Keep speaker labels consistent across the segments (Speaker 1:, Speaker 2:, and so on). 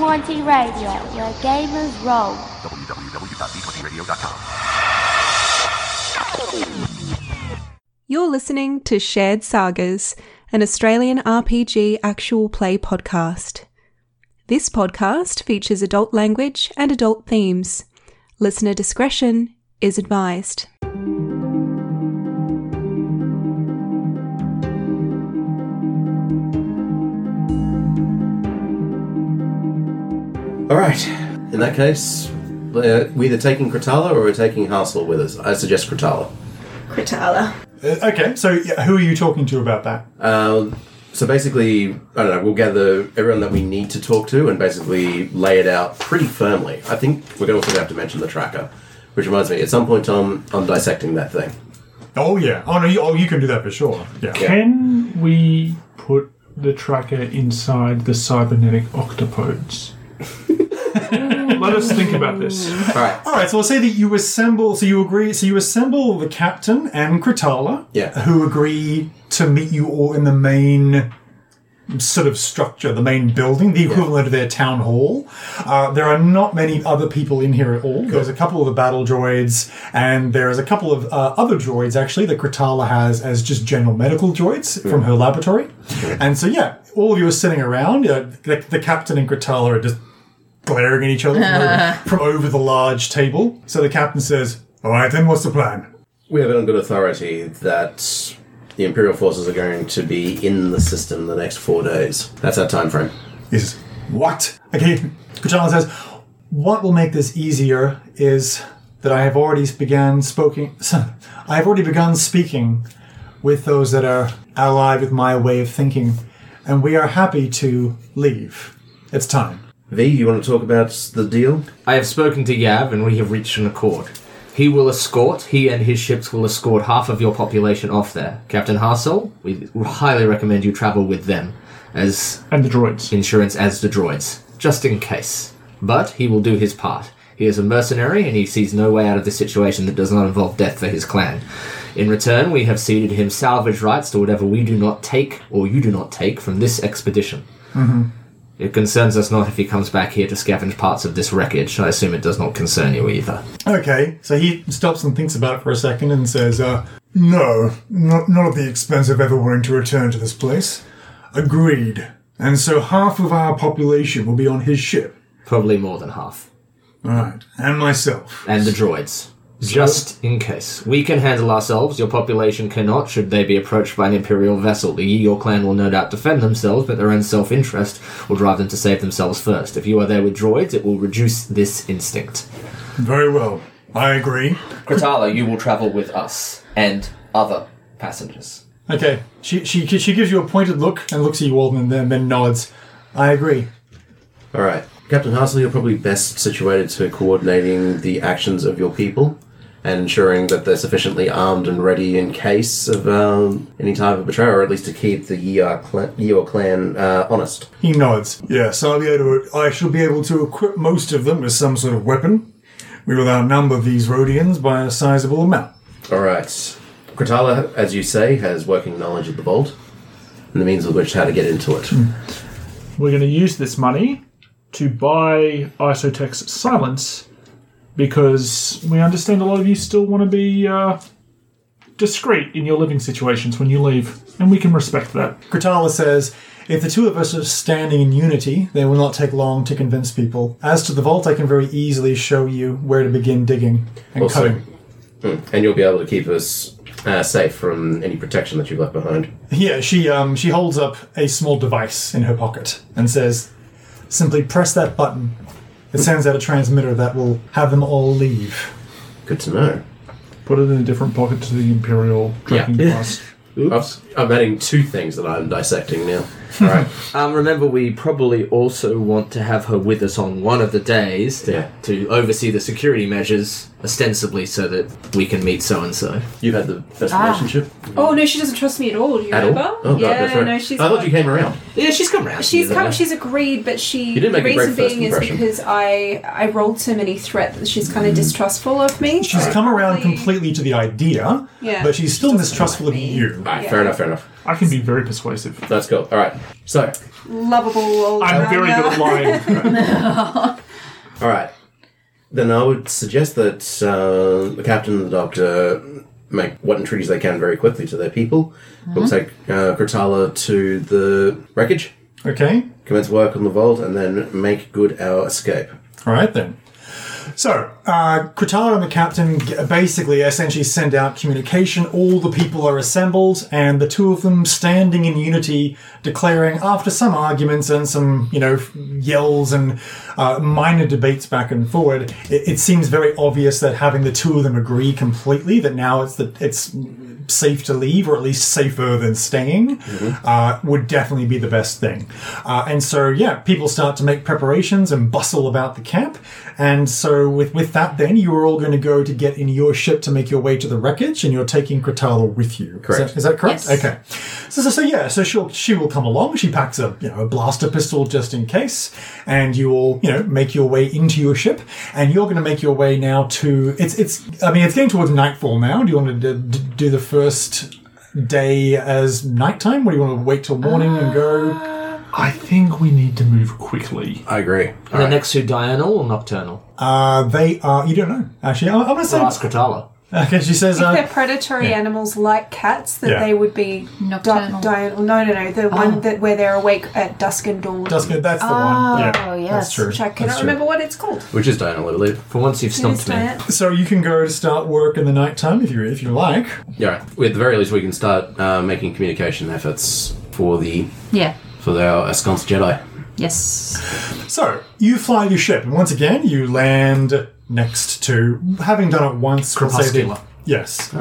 Speaker 1: Radio, where gamers roll.
Speaker 2: You're listening to Shared Sagas, an Australian RPG actual play podcast. This podcast features adult language and adult themes. Listener discretion is advised.
Speaker 3: All right. In that case, uh, we're either taking Kratala or we're taking Hassel with us. I suggest Kratala.
Speaker 4: Critala.
Speaker 5: Uh, okay, so yeah, who are you talking to about that?
Speaker 3: Um, so basically, I don't know. We'll gather everyone that we need to talk to and basically lay it out pretty firmly. I think we're going to also have to mention the tracker, which reminds me. At some point, Tom, I'm dissecting that thing.
Speaker 5: Oh yeah. Oh no. You, oh, you can do that for sure. Yeah.
Speaker 6: Can we put the tracker inside the cybernetic octopodes? Let us think about this.
Speaker 3: All right.
Speaker 5: All right. So I'll say that you assemble. So you agree. So you assemble the captain and Critala.
Speaker 3: Yeah.
Speaker 5: Who agree to meet you all in the main sort of structure, the main building, the equivalent of their town hall. Uh, there are not many other people in here at all. There's a couple of the battle droids, and there is a couple of uh, other droids actually that Critala has as just general medical droids from her laboratory. And so yeah, all of you are sitting around. Uh, the, the captain and Critala are just glaring at each other from, over, from over the large table. So the captain says, "All right, then what's the plan?"
Speaker 3: We have it on good authority that the Imperial forces are going to be in the system the next four days. That's our time frame.
Speaker 5: He says, What? Okay, Kuchalan says, What will make this easier is that I have already began speaking. I have already begun speaking with those that are allied with my way of thinking, and we are happy to leave. It's time.
Speaker 3: V, you want to talk about the deal?
Speaker 7: I have spoken to Yav and we have reached an accord. He will escort, he and his ships will escort half of your population off there. Captain Hassel, we highly recommend you travel with them as
Speaker 6: And the droids.
Speaker 7: insurance as the droids, just in case. But he will do his part. He is a mercenary and he sees no way out of this situation that does not involve death for his clan. In return, we have ceded him salvage rights to whatever we do not take or you do not take from this expedition. It concerns us not if he comes back here to scavenge parts of this wreckage. I assume it does not concern you either.
Speaker 5: Okay, so he stops and thinks about it for a second and says, uh, No, not, not at the expense of ever wanting to return to this place. Agreed. And so half of our population will be on his ship.
Speaker 7: Probably more than half.
Speaker 5: All right, and myself.
Speaker 7: And the droids. Just in case. We can handle ourselves, your population cannot, should they be approached by an Imperial vessel. The Your clan will no doubt defend themselves, but their own self interest will drive them to save themselves first. If you are there with droids, it will reduce this instinct.
Speaker 5: Very well. I agree.
Speaker 7: Kratala, you will travel with us and other passengers.
Speaker 5: Okay. She she she gives you a pointed look and looks at you, Alden, and then, then nods. I agree.
Speaker 3: All right. Captain Hassel, you're probably best situated to coordinating the actions of your people and ensuring that they're sufficiently armed and ready in case of um, any type of betrayal, or at least to keep the Yeor clan, Yeor clan uh, honest.
Speaker 5: He nods. Yes, I'll be able to, I shall be able to equip most of them with some sort of weapon. We will outnumber these Rhodians by a sizable amount.
Speaker 3: All right. Kratala, as you say, has working knowledge of the vault and the means with which how to get into it.
Speaker 6: We're going to use this money to buy Isotech's silence because we understand a lot of you still want to be uh, discreet in your living situations when you leave, and we can respect that.
Speaker 5: Kratala says, if the two of us are standing in unity, they will not take long to convince people. As to the vault, I can very easily show you where to begin digging and
Speaker 3: Awesome.
Speaker 5: cutting.
Speaker 3: And you'll be able to keep us uh, safe from any protection that you've left behind.
Speaker 5: Yeah, she um, she holds up a small device in her pocket and says, "Simply press that button. It sends out a transmitter that will have them all leave."
Speaker 3: Good to know.
Speaker 6: Put it in a different pocket to the Imperial tracking
Speaker 3: Yeah.
Speaker 6: device.
Speaker 3: I've, I'm adding two things that I'm dissecting now. All right.
Speaker 7: Um, remember, we probably also want to have her with us on one of the days to,
Speaker 3: Yeah.
Speaker 7: to oversee the security measures, ostensibly so that we can meet so and so.
Speaker 3: You've had the best relationship.
Speaker 4: Oh no, she doesn't trust me at all. Do you
Speaker 3: At
Speaker 4: remember?
Speaker 3: all? Oh, God,
Speaker 4: yeah,
Speaker 3: that's right.
Speaker 4: no, she's.
Speaker 3: I thought you came around.
Speaker 7: Yeah, she's come round. to
Speaker 4: She's
Speaker 7: you,
Speaker 4: come,
Speaker 7: though.
Speaker 4: she's agreed, but she.
Speaker 3: You did make a
Speaker 4: the
Speaker 3: great
Speaker 4: reason
Speaker 3: first
Speaker 4: being is
Speaker 3: impression. Mm.
Speaker 4: because I I rolled so many threats that she's kind of distrustful of me.
Speaker 5: She's come around
Speaker 4: Probably-
Speaker 5: completely to the idea,
Speaker 4: Yeah.
Speaker 5: but she's still mistrustful of
Speaker 4: me.
Speaker 5: you.
Speaker 3: All right,
Speaker 4: Yeah.
Speaker 3: fair enough, fair enough.
Speaker 6: I can be very persuasive.
Speaker 3: That's cool. All right. So,
Speaker 4: Lovable old
Speaker 6: I'm very good at lying.
Speaker 3: all right. Then I would suggest that uh, the captain and the doctor make what entreaties they can very quickly to their people.
Speaker 4: Mm-hmm.
Speaker 3: We'll take uh, Kratala to the wreckage,
Speaker 5: Okay.
Speaker 3: commence work on the vault, and then make good our escape.
Speaker 5: All right then. So, uh, Kratala and the captain g- basically essentially send out communication. All the people are assembled, and the two of them standing in unity, declaring after some arguments and some, you know, yells and uh, minor debates back and forward. It, it seems very obvious that having the two of them agree completely that now it's the, it's safe to leave, or at least safer than staying, uh, would definitely be the best thing. Uh, and so, yeah, people start to make preparations and bustle about the camp. And so, with, with that, then you are all going to go to get in your ship to make your way to the wreckage, and you're taking Kratala with you. Is
Speaker 3: Correct.
Speaker 5: that, is that correct?
Speaker 4: Yes.
Speaker 5: Okay. So, so, so yeah, so she'll she will come along. She packs a you know a blaster pistol just in case, and you will you know make your way into your ship, and you're going to make your way now to it's it's I mean it's getting towards nightfall now. Do you want to d- d- do the first day as nighttime, or do you want to wait till morning and
Speaker 4: Uh,
Speaker 5: go?
Speaker 6: I think we need to move quickly.
Speaker 3: I agree.
Speaker 7: Are they next to diurnal or nocturnal?
Speaker 5: Uh, they are you don't know actually. I, I'm going to say
Speaker 7: I'll ask Kratala.
Speaker 5: okay. She says
Speaker 4: If they're
Speaker 5: uh,
Speaker 4: predatory animals like cats, that
Speaker 5: Yeah.
Speaker 4: they would be
Speaker 8: Nocturnal.
Speaker 4: Di- di- no, no, no. The
Speaker 3: Oh.
Speaker 4: one that where they're awake at dusk and dawn.
Speaker 5: dusk. That's the
Speaker 8: Oh,
Speaker 5: one. Yeah,
Speaker 8: yes.
Speaker 5: that's true.
Speaker 4: Which I cannot
Speaker 5: That's true.
Speaker 4: remember what it's called.
Speaker 3: Which is Diana, I believe.
Speaker 7: For once you've
Speaker 4: It is
Speaker 7: stumped me.
Speaker 4: Diane.
Speaker 5: So you can go to start work in the nighttime if you if you like.
Speaker 3: Yeah, right. at the very least, we can start uh, making communication efforts for the
Speaker 8: Yeah.
Speaker 3: for the ensconced Jedi.
Speaker 8: Yes.
Speaker 5: So you fly your ship, and once again you land next to having done it once. we'll say the-
Speaker 7: Crepuscular.
Speaker 5: Yes.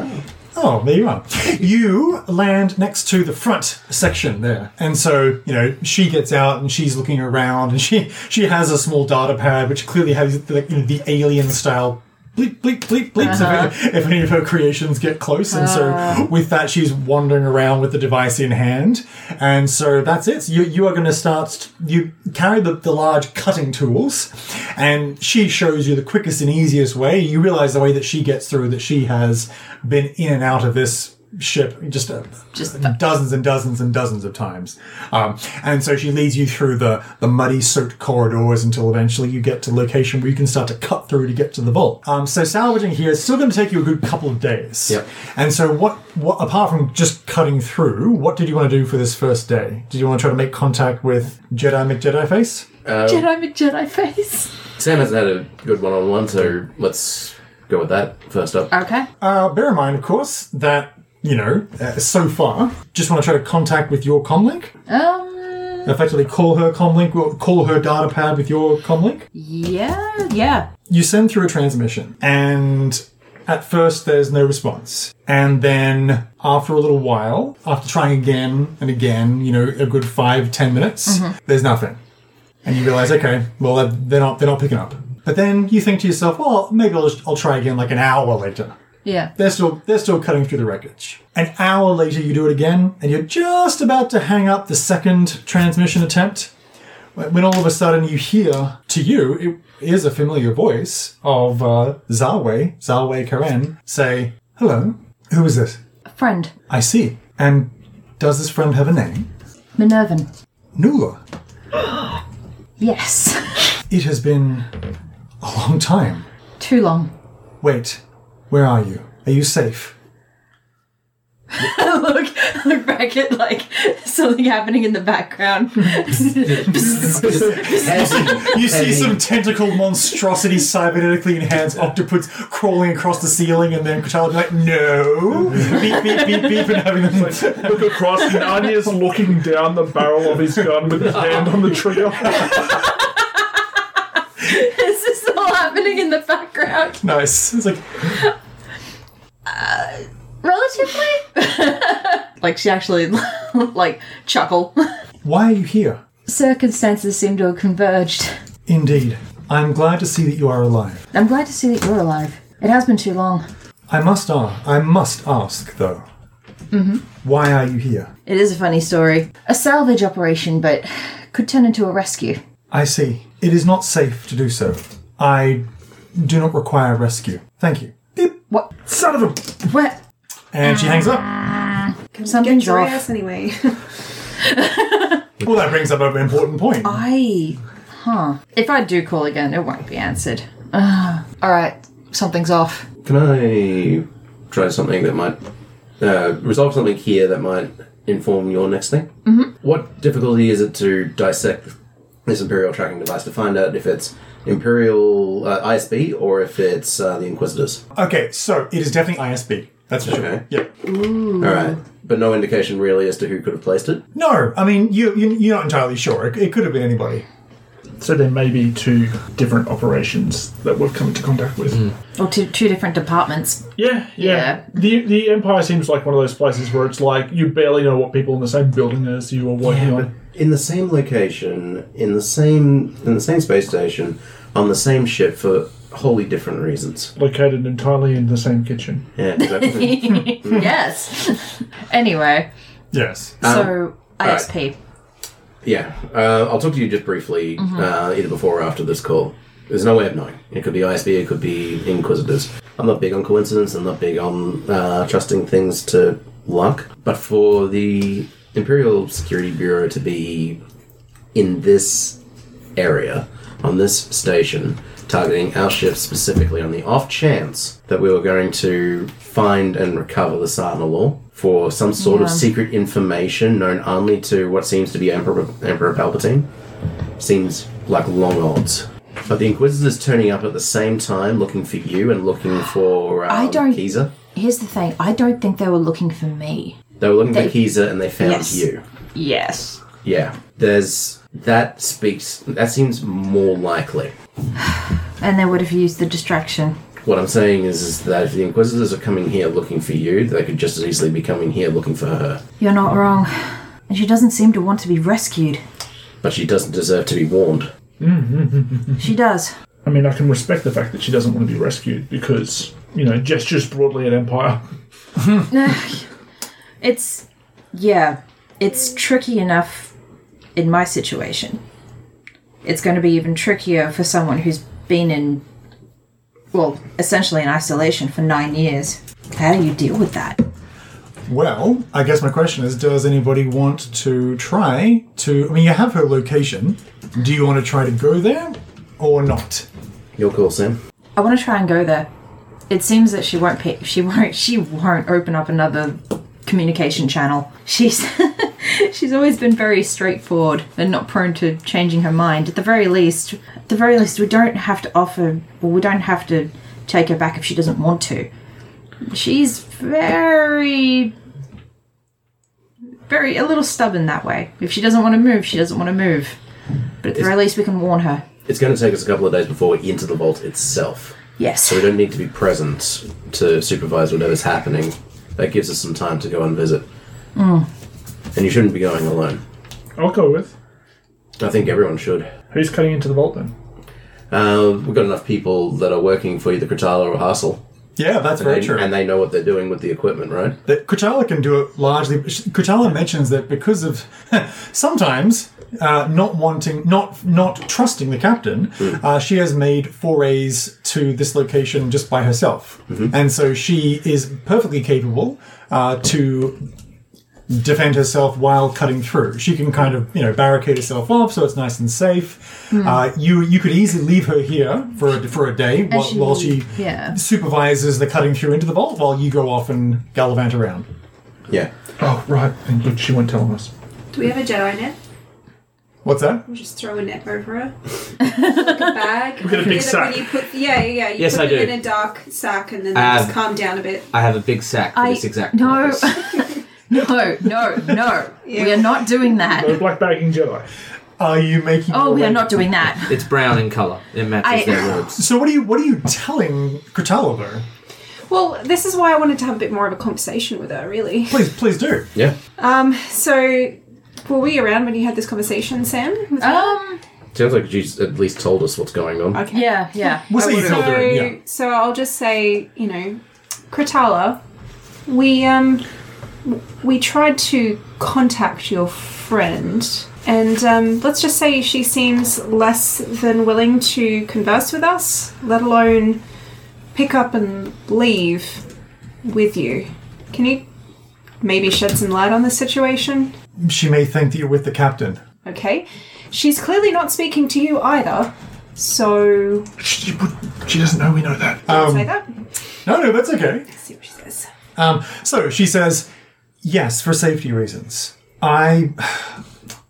Speaker 5: Oh, there you are. You land next to the front section there, and so you know she gets out and she's looking around, and she she has a small data pad which clearly has the, you know, the alien style. Bleep, bleep, bleep, bleeps if, if any of her creations get close. And so, with that, she's wandering around with the device in hand. And so, that's it. You, you are going to start, st- you carry the, the large cutting tools, and she shows you the quickest and easiest way. You realize the way that she gets through that she has been in and out of this ship just a,
Speaker 8: Just
Speaker 5: dozens and dozens and dozens of times. Um, and so she leads you through the, the muddy, soaked corridors until eventually you get to a location where you can start to cut through to get to the vault. Um, so salvaging here is still going to take you a good couple of days.
Speaker 3: Yep.
Speaker 5: And so what, what, apart from just cutting through, what did you want to do for this first day? Did you want to try to make contact with Jedi McJedi Face?
Speaker 8: Jedi with Jedi face.
Speaker 3: Sam hasn't had a good one on one, so let's go with that first up.
Speaker 8: Okay.
Speaker 5: Uh, bear in mind, of course, that, you know, uh, so far, just want to try to contact with your comlink.
Speaker 8: Um.
Speaker 5: Effectively call her comlink, or call her data pad with your comlink.
Speaker 8: Yeah. Yeah.
Speaker 5: you send through a transmission and at first there's no response and then after a little while after trying again and again you know a good five ten minutes there's nothing and you realize okay well they're- they're not they're not picking up but then you think to yourself well maybe i'll, just, I'll try again like an hour later
Speaker 8: Yeah.
Speaker 5: they're still they're still cutting through the wreckage. An hour later, you do it again, and you're just about to hang up the second transmission attempt when when all of a sudden you hear to you it is a familiar voice of uh, Zawe Zawe Karen say, "Hello, who is this?
Speaker 8: Friend.
Speaker 5: I see. And does this friend have a name?
Speaker 8: Minervan.
Speaker 5: Nula.
Speaker 8: Yes.
Speaker 5: It has been a long time.
Speaker 8: Too long.
Speaker 5: Wait, where are you? Are you safe?"
Speaker 8: look, look back at like something happening in the background.
Speaker 5: You see some tentacled monstrosity cybernetically enhanced octopus crawling across the ceiling, and then Kutala be like, no. beep, beep, beep, beep, and having them like,
Speaker 6: Look across, and Anya's looking down the barrel of his gun with his hand on the trigger.
Speaker 8: this is all happening in the background.
Speaker 5: nice. It's like,
Speaker 8: Relatively. like she actually like chuckle.
Speaker 5: why are you here?
Speaker 8: Circumstances seem to have converged.
Speaker 5: Indeed. I'm glad to see that you are alive.
Speaker 8: I'm glad to see that you're alive. It has been too long.
Speaker 5: I must ask, I must ask, though. Mm-hmm. Why are you here?
Speaker 8: It is a funny story. A salvage operation, but could turn into a rescue.
Speaker 5: I see. It is not safe to do so. I do not require rescue. Thank you. Beep.
Speaker 8: What?
Speaker 5: Son of a...
Speaker 8: What?
Speaker 5: And she hangs up.
Speaker 4: Can we
Speaker 8: Something's
Speaker 4: get your
Speaker 8: off.
Speaker 4: ass anyway?
Speaker 5: Well, that brings up an important point.
Speaker 8: I. Huh. If I do call again, it won't be answered. Uh, Alright, something's off.
Speaker 3: Can I try something that might uh, resolve something here that might inform your next thing? Mm-hmm. What difficulty is it to dissect this imperial tracking device to find out if it's imperial uh, ISB or if it's uh, the Inquisitors?
Speaker 5: Okay, so it is definitely ISB. That's for
Speaker 3: Okay.
Speaker 5: sure. Yeah.
Speaker 3: All right, but no indication really as to who could have placed it.
Speaker 5: No, I mean you, you you're not entirely sure. It, it could have been anybody.
Speaker 6: So there may be two different operations that we've come into contact with.
Speaker 8: Or two, two different departments.
Speaker 6: Yeah, yeah,
Speaker 8: Yeah.
Speaker 6: The the Empire seems like one of those places where it's like you barely know what people in the same building as you are working
Speaker 3: Yeah, but
Speaker 6: on.
Speaker 3: in the same location, in the same in the same space station, on the same ship for wholly different reasons. Um,
Speaker 6: Located entirely in the same kitchen.
Speaker 3: Yeah, exactly.
Speaker 8: Yes. anyway,
Speaker 5: Yes.
Speaker 8: so
Speaker 3: alright.
Speaker 8: ISP.
Speaker 3: yeah, uh, I'll talk to you just briefly,
Speaker 8: Mm-hmm.
Speaker 3: uh, either before or after this call. There's no way of knowing. It could be ISB, it could be Inquisitors. I'm not big on coincidence. I'm not big on uh, trusting things to luck. But for the Imperial Security Bureau to be in this area on this station targeting our ship specifically on the off chance that we were going to find and recover the Sarna Law for some sort of secret information known only to what seems to be Emperor, Emperor Palpatine seems like long odds. But the Inquisitor's turning up at the same time looking for you and looking for um,
Speaker 8: I don't-
Speaker 3: Keezer.
Speaker 8: Here's the thing I don't think they were looking for me.
Speaker 3: They were looking
Speaker 8: They-
Speaker 3: for Keezer and they found
Speaker 8: Yes.
Speaker 3: you.
Speaker 8: Yes.
Speaker 3: Yeah. There's. That speaks. That seems more likely.
Speaker 8: And they would have used the distraction.
Speaker 3: What I'm saying is, is that if the Inquisitors are coming here looking for you, they could just as easily be coming here looking for her.
Speaker 8: You're not wrong. And she doesn't seem to want to be rescued.
Speaker 3: But she doesn't deserve to be warned.
Speaker 8: She does.
Speaker 6: I mean, I can respect the fact that she doesn't want to be rescued because you know gestures broadly at Empire.
Speaker 8: It's. Yeah. It's tricky enough in my situation. It's going to be even trickier for someone who's been in. Well, essentially in isolation for nine years. How do you deal with that?
Speaker 5: Well, I guess my question is: Does anybody want to try to? I mean, you have her location. Do you want to try to go there or not?
Speaker 3: Your call, Sam.
Speaker 8: I want to try and go there. It seems that she won't. Pay, she won't. She won't open up another communication channel. She's she's always been very straightforward and not prone to changing her mind. At the very least, at the very least, we don't have to offer. Well, we don't have to take her back if she doesn't want to. She's very, very a little stubborn that way. If she doesn't want to move, she doesn't want to move. But at the very least, we can warn her.
Speaker 3: It's going to take us a couple of days before we enter the vault itself.
Speaker 8: Yes.
Speaker 3: So we don't need to be present to supervise whatever's happening. That gives us some time to go and visit.
Speaker 8: Hmm.
Speaker 3: And you shouldn't be going alone.
Speaker 6: I'll go with
Speaker 3: I think everyone should.
Speaker 6: who's cutting into the vault then.
Speaker 3: Uh, we've got enough people that are working for either Kratala or Hassel.
Speaker 5: Yeah, that's very
Speaker 3: and,
Speaker 5: true.
Speaker 3: and they know what they're doing with the equipment, right?
Speaker 5: that Kuchala can do it largely. Kuchala mentions that because of sometimes uh, not wanting, not not trusting the captain, uh, she has made forays to this location just by herself, and so she is perfectly capable uh, to defend herself while cutting through. She can kind of you know barricade herself off so it's nice and safe.
Speaker 8: Hmm.
Speaker 5: Uh, you you could easily leave her here for a, for a day while
Speaker 8: she-
Speaker 5: she, while she
Speaker 8: yeah.
Speaker 5: supervises the cutting through into the vault while you go off and gallivant around.
Speaker 3: Yeah.
Speaker 6: Oh right, thank good she won't tell us.
Speaker 4: Do we have a Jedi net?
Speaker 5: What's that?
Speaker 4: We'll just throw a net over her. like a bag.
Speaker 6: got a big
Speaker 4: You know,
Speaker 6: sack.
Speaker 4: when you put- yeah, yeah, yeah. You
Speaker 7: Yes,
Speaker 4: put
Speaker 7: I
Speaker 4: them
Speaker 7: do.
Speaker 4: in a dark sack and then
Speaker 7: Um,
Speaker 4: they just calm down a bit.
Speaker 7: I have a big sack for
Speaker 8: I-
Speaker 7: this exact
Speaker 8: no.
Speaker 7: purpose.
Speaker 8: No, no, no. We are not doing that.
Speaker 6: No black bagging Jedi.
Speaker 5: Are you making?
Speaker 8: Oh,
Speaker 5: your
Speaker 8: we
Speaker 5: way-
Speaker 8: are not doing that.
Speaker 7: It's brown in colour. It matches
Speaker 8: I-
Speaker 7: their robes.
Speaker 5: So what are you what are you telling Kutala though?
Speaker 4: Well, this is why I wanted to have a bit more of a conversation with her, really.
Speaker 5: Please please do.
Speaker 3: Yeah.
Speaker 4: So, were we around when you had this conversation, Sam? With
Speaker 8: Um.
Speaker 3: Sounds like she's at least told us what's going on.
Speaker 4: Okay.
Speaker 8: Yeah, yeah.
Speaker 5: What's the
Speaker 4: So,
Speaker 5: email doing? Yeah.
Speaker 4: so I'll just say, you know, Kratala, we um, w- we tried to contact your friend, and um, let's just say she seems less than willing to converse with us, let alone pick up and leave with you. Can you maybe shed some light on this situation.
Speaker 5: She may think that you're with the captain.
Speaker 4: Okay. She's clearly not speaking to you either. So
Speaker 6: She, she doesn't know we know that.
Speaker 4: say that.
Speaker 5: No, no, that's okay.
Speaker 4: Let's see what she says.
Speaker 5: Um, so she says, "Yes, for safety reasons. I,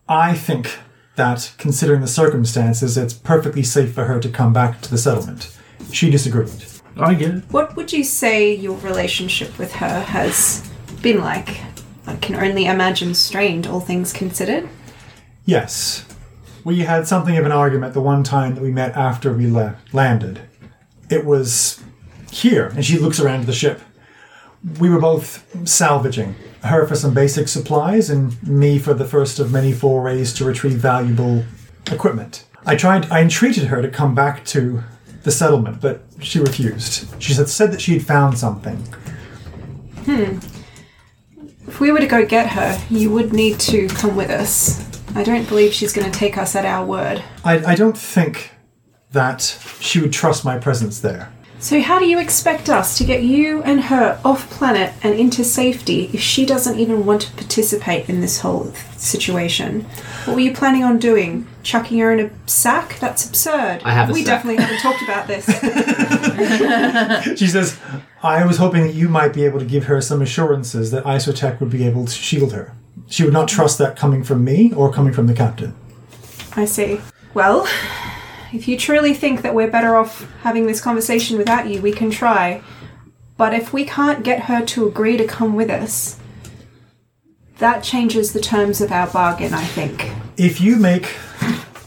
Speaker 5: I think that considering the circumstances, it's perfectly safe for her to come back to the settlement." She disagreed.
Speaker 6: I get it.
Speaker 4: What would you say your relationship with her has been like? I can only imagine strained, all things considered.
Speaker 5: Yes, we had something of an argument the one time that we met after we la- landed. It was here, and she looks around the ship. We were both salvaging her for some basic supplies, and me for the first of many forays to retrieve valuable equipment. I tried, I entreated her to come back to the settlement, but she refused. She said, said that she had found something.
Speaker 4: If we were to go get her, you would need to come with us. I don't believe she's going to take us at our word.
Speaker 5: I, I don't think that she would trust my presence there.
Speaker 4: So, how do you expect us to get you and her off planet and into safety if she doesn't even want to participate in this whole situation? What were you planning on doing? Chucking her in a sack? That's absurd.
Speaker 7: I have a
Speaker 4: we
Speaker 7: sack.
Speaker 4: definitely haven't talked about this.
Speaker 5: She says, I was hoping that you might be able to give her some assurances that Isotech would be able to shield her. She would not trust that coming from me or coming from the captain.
Speaker 4: I see. Well, if you truly think that we're better off having this conversation without you, we can try. But if we can't get her to agree to come with us, that changes the terms of our bargain, I think.
Speaker 5: If you make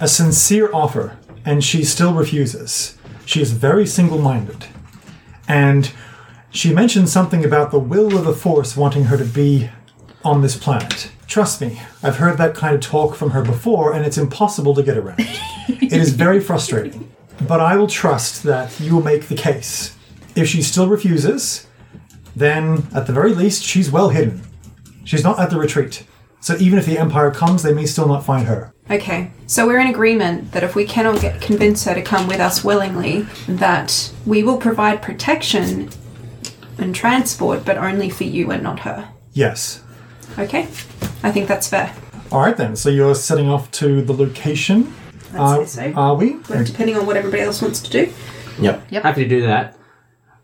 Speaker 5: a sincere offer and she still refuses, she is very single minded. And she mentioned something about the will of the Force wanting her to be on this planet. Trust me, I've heard that kind of talk from her before, and it's impossible to get around. it is very frustrating. But I will trust that you will make the case. If she still refuses, then at the very least, she's well hidden. She's not at the retreat. So even if the Empire comes, they may still not find her.
Speaker 4: Okay, so we're in agreement that if we cannot get, convince her to come with us willingly, that we will provide protection and transport, but only for you and not her.
Speaker 5: Yes.
Speaker 4: Okay, I think that's fair.
Speaker 5: All right then. So you're setting off to the location. Uh,
Speaker 4: I'd say so.
Speaker 5: Are we?
Speaker 4: Well, depending on what everybody else wants to do.
Speaker 3: Yep.
Speaker 7: Happy to do that.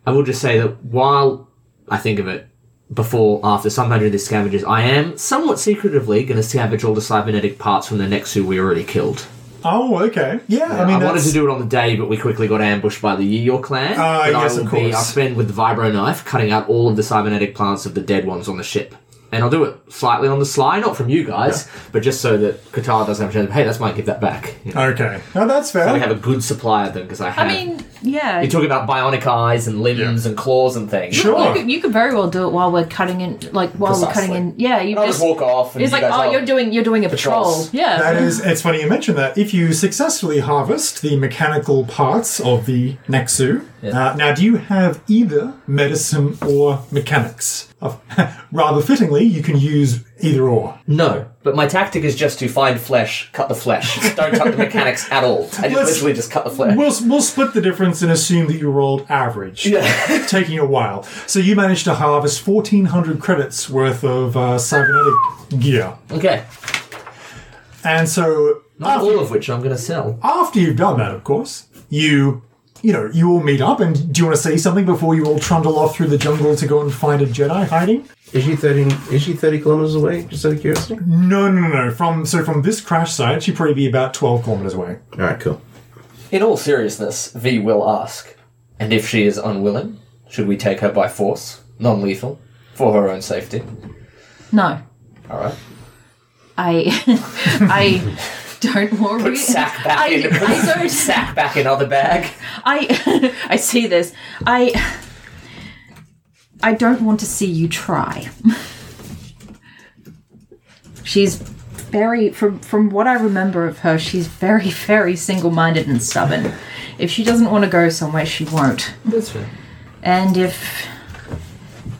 Speaker 7: I will just say that while I think of it, before, after, sometimes with these scavengers, I am somewhat secretively going to scavenge all the cybernetic parts from the Nexu we already killed.
Speaker 5: Oh, okay. Yeah. I
Speaker 7: I,
Speaker 5: mean,
Speaker 7: wanted
Speaker 5: that's,
Speaker 7: to do it on the day, but we quickly got ambushed by the Yor clan.
Speaker 5: Ah,
Speaker 7: but
Speaker 5: yes,
Speaker 7: I will
Speaker 5: of
Speaker 7: Be,
Speaker 5: course.
Speaker 7: I'll spend with the vibro knife cutting out all of the cybernetic plants of the dead ones on the ship. And I'll do it slightly on the sly, not from you guys, but just so that Qatar doesn't have a chance of, hey, that's mine, give that back. You know,
Speaker 5: Okay. No, that's fair.
Speaker 7: we have a good supply of them because I have.
Speaker 8: I mean, yeah.
Speaker 7: you're talking about bionic eyes and limbs and claws and things.
Speaker 5: Sure.
Speaker 8: You could, you could very well do it while we're cutting in, like while we're
Speaker 7: Precisely.
Speaker 8: cutting in. Yeah, you
Speaker 7: I'll
Speaker 8: just,
Speaker 7: just walk off. And
Speaker 8: It's
Speaker 7: you
Speaker 8: like,
Speaker 7: guys
Speaker 8: oh,
Speaker 7: are-
Speaker 8: you're doing you're doing a patrol.
Speaker 7: Patrols.
Speaker 8: Yeah,
Speaker 5: That is, it's funny you mentioned that. If you successfully harvest the mechanical parts of the Nexu, uh, now do you have either medicine or mechanics? Of- Rather fittingly, you can use either or.
Speaker 7: No, but my tactic is just to find flesh, cut the flesh. Don't cut the mechanics at all. I just
Speaker 5: Let's-
Speaker 7: literally just cut the flesh.
Speaker 5: We'll, we'll split the difference and assume that you rolled average. Yeah. Taking a while. So you managed to harvest 1,400 credits worth of uh, cybernetic gear.
Speaker 7: Okay,
Speaker 5: And so
Speaker 7: not all of which I'm going to sell.
Speaker 5: after you've done that, of course, you you know you all meet up. And do you want to say something before you all trundle off through the jungle to go and find a Jedi hiding?
Speaker 3: Is she thirty? Is she thirty kilometers away? Just out of curiosity.
Speaker 5: No, no, no, no. From so from this crash site, she'd probably be about 12 kilometers away.
Speaker 3: All right, cool.
Speaker 7: In all seriousness, V will ask, and if she is unwilling, should we take her by force, non-lethal, for her own safety?
Speaker 8: no,
Speaker 7: All right.
Speaker 8: I I don't worry.
Speaker 7: Put sack back
Speaker 8: I,
Speaker 7: in. Put
Speaker 8: I don't.
Speaker 7: sack back in other bag.
Speaker 8: I I see this. I I don't want to see you try. she's very from from what I remember of her, she's very very single-minded and stubborn. If she doesn't want to go somewhere, she won't.
Speaker 7: That's fair.
Speaker 8: And if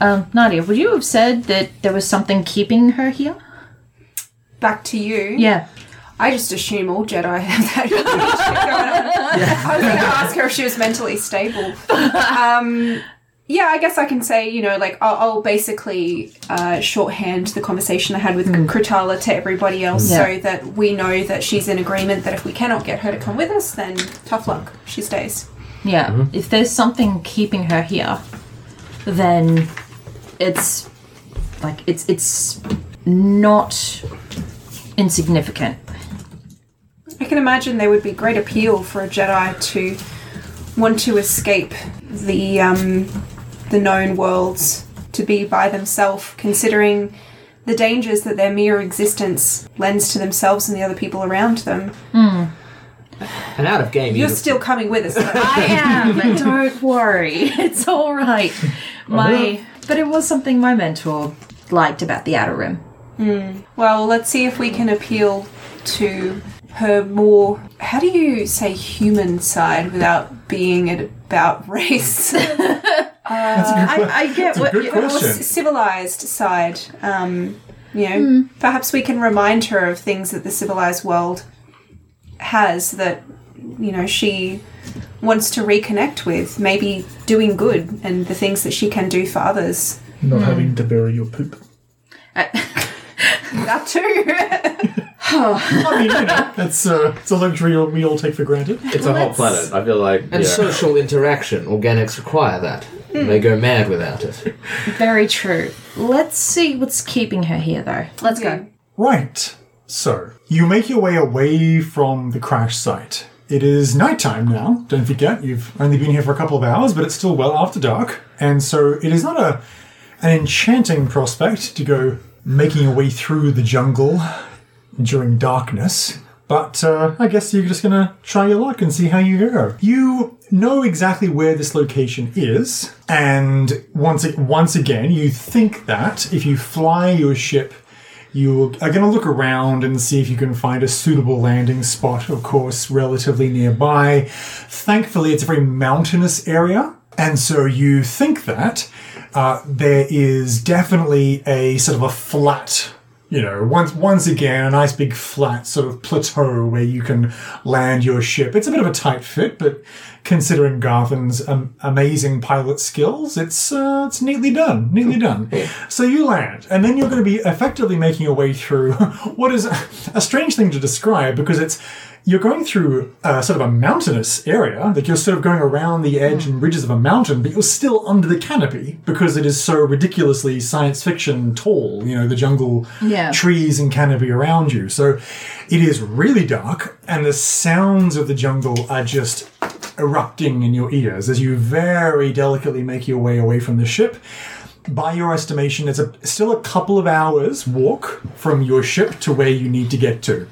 Speaker 8: um, Nadia, would you have said that there was something keeping her here?
Speaker 4: Back to you.
Speaker 8: Yeah.
Speaker 4: I just assume all Jedi have that shit going on. I was going to ask her if she was mentally stable. Um, yeah, I guess I can say, you know, like I'll, I'll basically uh, shorthand the conversation I had with Kritala to everybody else
Speaker 8: Yeah.
Speaker 4: so that we know that she's in agreement that if we cannot get her to come with us, then tough luck, she stays.
Speaker 8: Yeah. If there's something keeping her here, then it's like it's it's not insignificant.
Speaker 4: I can imagine there would be great appeal for a Jedi to want to escape the um, the known worlds to be by themselves, considering the dangers that their mere existence lends to themselves and the other people around them.
Speaker 7: And out of game,
Speaker 4: You're
Speaker 7: you-
Speaker 4: still coming with us. though.
Speaker 8: I am. but don't worry. It's all right. My but it was something my mentor liked about the Outer Rim.
Speaker 4: Well, let's see if we can appeal to her more. How do you say human side without being it about race?
Speaker 8: Uh,
Speaker 4: I, I get what
Speaker 5: good
Speaker 4: you- or
Speaker 5: question.
Speaker 4: c- civilized side. Um, you know,
Speaker 9: Hmm.
Speaker 4: perhaps we can remind her of things that the civilized world has that you know she wants to reconnect with. Maybe doing good and the things that she can do for others.
Speaker 6: Not having to bury your poop.
Speaker 4: That too.
Speaker 5: I mean, you know, that's uh, it's a luxury we all take for granted.
Speaker 3: It's a hot planet. I feel like yeah.
Speaker 7: and social interaction. Organics require that. They go mad without it.
Speaker 8: Very true. Let's see what's keeping her here though. Let's go.
Speaker 5: Right. So, you make your way away from the crash site. It is nighttime now, don't forget. You've only been here for a couple of hours, but it's still well after dark. And so it is not a an enchanting prospect to go making your way through the jungle during darkness. But uh, I guess you're just gonna try your luck and see how you go. You know exactly where this location is, and once once again, you think that if you fly your ship you are going to look around and see if you can find a suitable landing spot, of course, relatively nearby. Thankfully, it's a very mountainous area, and so you think that uh, there is definitely a sort of a flat, you know, once once again, a nice big flat sort of plateau where you can land your ship. It's a bit of a tight fit, but considering Garthan's um, amazing pilot skills, it's uh, it's neatly done, neatly done. So you land, and then you're going to be effectively making your way through what is a strange thing to describe because it's you're going through uh, sort of a mountainous area, like you're sort of going around the edge and ridges of a mountain, but you're still under the canopy because it is so ridiculously science fiction tall. You know, the jungle
Speaker 8: Yeah.
Speaker 5: trees and canopy around you. So it is really dark, and the sounds of the jungle are just erupting in your ears as you very delicately make your way away from the ship. By your estimation, it's a, still a couple of hours walk from your ship to where you need to get to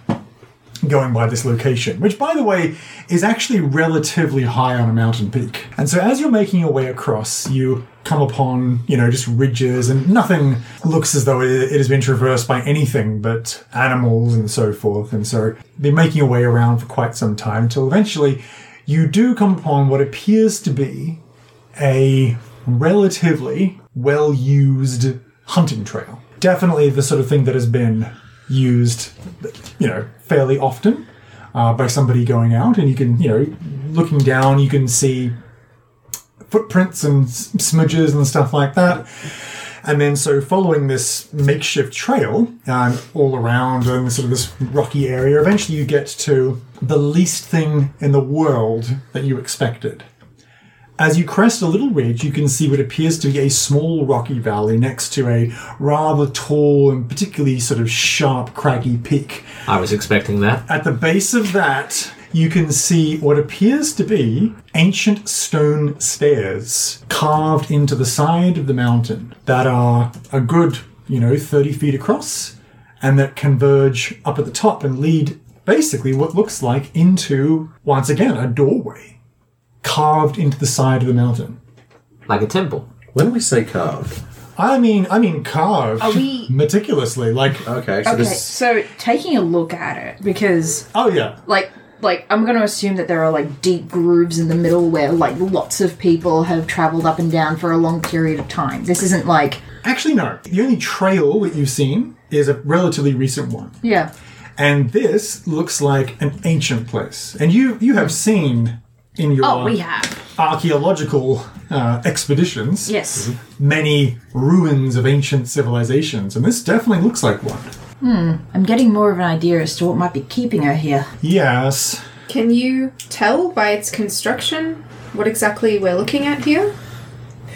Speaker 5: going by this location, which, by the way, is actually relatively high on a mountain peak. And so, as you're making your way across, you come upon, you know, just ridges and nothing looks as though it, it has been traversed by anything but animals and so forth. And so, they're making your way around for quite some time until eventually you do come upon what appears to be a relatively well used hunting trail. Definitely the sort of thing that has been used, you know, fairly often uh, by somebody going out, and you can, you know, looking down, you can see footprints and s- smudges and stuff like that. And then, so following this makeshift trail um, all around and sort of this rocky area, eventually you get to the least thing in the world that you expected. As you crest a little ridge, you can see what appears to be a small rocky valley next to a rather tall and particularly sort of sharp, craggy peak.
Speaker 7: I was expecting that.
Speaker 5: At the base of that, you can see what appears to be ancient stone stairs carved into the side of the mountain that are a good, you know, 30 feet across and that converge up at the top and lead basically what looks like into, once again, a doorway carved into the side of the mountain.
Speaker 7: Like a temple.
Speaker 3: When we say carved,
Speaker 5: I mean, I mean carved
Speaker 8: we-
Speaker 5: meticulously, like,
Speaker 3: okay, so
Speaker 8: Okay,
Speaker 3: this
Speaker 8: so taking a look at it because
Speaker 5: oh yeah,
Speaker 8: like like I'm going to assume that there are like deep grooves in the middle where like lots of people have traveled up and down for a long period of time. This isn't like
Speaker 5: Actually, no. The only trail that you've seen is a relatively recent one,
Speaker 8: yeah.
Speaker 5: and this looks like an ancient place. And you you have seen in your
Speaker 8: Oh, we have.
Speaker 5: archaeological uh, expeditions
Speaker 8: Yes.
Speaker 5: many ruins of ancient civilizations, and this definitely looks like one.
Speaker 8: I'm getting more of an idea as to what might be keeping her here.
Speaker 5: Yes,
Speaker 9: Can you tell by its construction what exactly we're looking at here?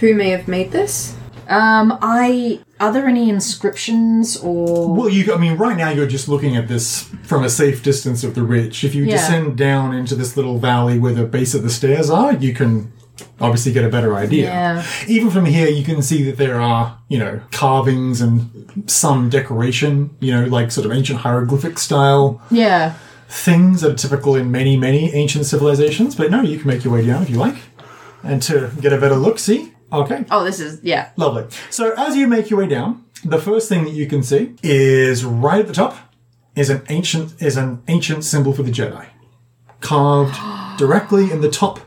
Speaker 9: Who may have made this?
Speaker 8: Um, I. Are there any inscriptions or.
Speaker 5: Well, you. I mean, right now you're just looking at this from a safe distance of the ridge. If you
Speaker 8: Yeah.
Speaker 5: descend down into this little valley where the base of the stairs are, you can obviously get a better idea.
Speaker 8: Yeah.
Speaker 5: Even from here, you can see that there are, you know, carvings and some decoration, you know, like sort of ancient hieroglyphic style
Speaker 8: Yeah.
Speaker 5: things that are typical in many, many ancient civilizations. But no, you can make your way down if you like, and to get a better look. See, okay,
Speaker 8: Oh, this is. Yeah.
Speaker 5: Lovely. So as you make your way down, the first thing that you can see is right at the top is an ancient is an ancient symbol for the Jedi, carved directly in the top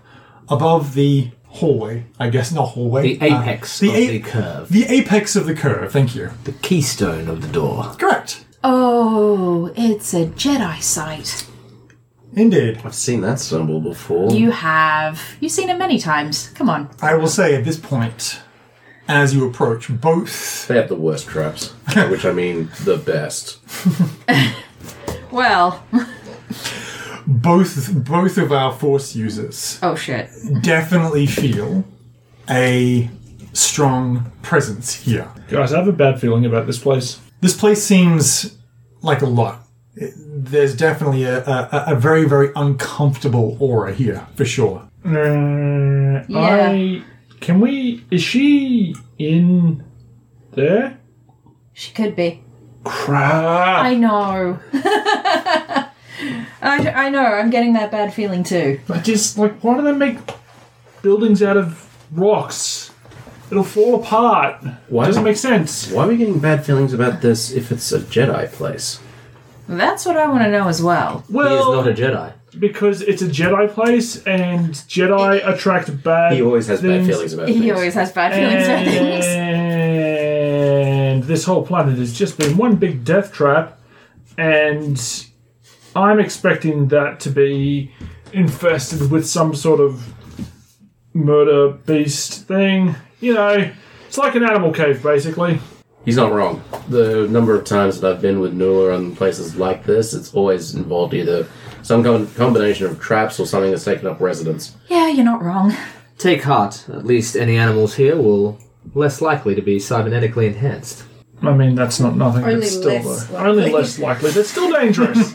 Speaker 5: above the hallway. I guess not hallway.
Speaker 7: The apex
Speaker 5: uh,
Speaker 7: of
Speaker 5: the,
Speaker 7: the
Speaker 5: a-
Speaker 7: curve.
Speaker 5: the apex of the curve. Thank you.
Speaker 7: The keystone of the door.
Speaker 5: Correct.
Speaker 8: Oh, it's a Jedi sight.
Speaker 5: Indeed.
Speaker 3: I've seen that symbol before.
Speaker 8: You have. You've seen it many times. Come on.
Speaker 5: I will say at this point, as you approach, both
Speaker 3: They have the worst traps, by which I mean the best.
Speaker 8: Well.
Speaker 5: both both of our force users
Speaker 8: Oh, shit.
Speaker 5: definitely feel a strong presence here.
Speaker 6: Guys, I have a bad feeling about this place.
Speaker 5: This place seems like a lot. It- There's definitely a, a, a very, very uncomfortable aura here, for sure.
Speaker 6: Uh,
Speaker 8: Yeah.
Speaker 6: I can we? Is she in there?
Speaker 8: She could be.
Speaker 6: Crap.
Speaker 8: I know. I, I know. I'm getting that bad feeling too.
Speaker 6: I just like why do they make buildings out of rocks? It'll fall apart.
Speaker 3: Why
Speaker 6: Doesn't make sense.
Speaker 3: Why are we getting bad feelings about this if it's a Jedi place?
Speaker 8: That's what I want to know as well.
Speaker 7: He is
Speaker 6: Well,
Speaker 7: not a Jedi.
Speaker 6: because it's a Jedi place, and Jedi attract bad.
Speaker 3: He always has bad
Speaker 6: things,
Speaker 3: feelings about
Speaker 8: He
Speaker 3: things.
Speaker 8: always has bad feelings about things.
Speaker 6: And this whole planet has just been one big death trap, and I'm expecting that to be infested with some sort of murder beast thing. You know, it's like an animal cave, basically.
Speaker 3: He's not wrong. The number of times that I've been with Nula on places like this, it's always involved either some com- combination of traps or something that's taken up residence.
Speaker 8: Yeah, you're not wrong.
Speaker 7: Take heart. At least any animals here will less likely to be cybernetically enhanced.
Speaker 6: I mean, that's not nothing.
Speaker 9: Only
Speaker 6: it's still
Speaker 9: less
Speaker 6: though.
Speaker 9: likely.
Speaker 6: Only less likely. They're still dangerous.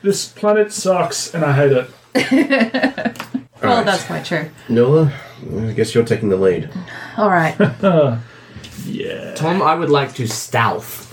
Speaker 6: this planet sucks, and I hate it.
Speaker 8: Well,
Speaker 3: Alright.
Speaker 8: that's quite true.
Speaker 3: Nula, I guess you're taking the lead.
Speaker 8: All right.
Speaker 7: Tom, I would like to stealth.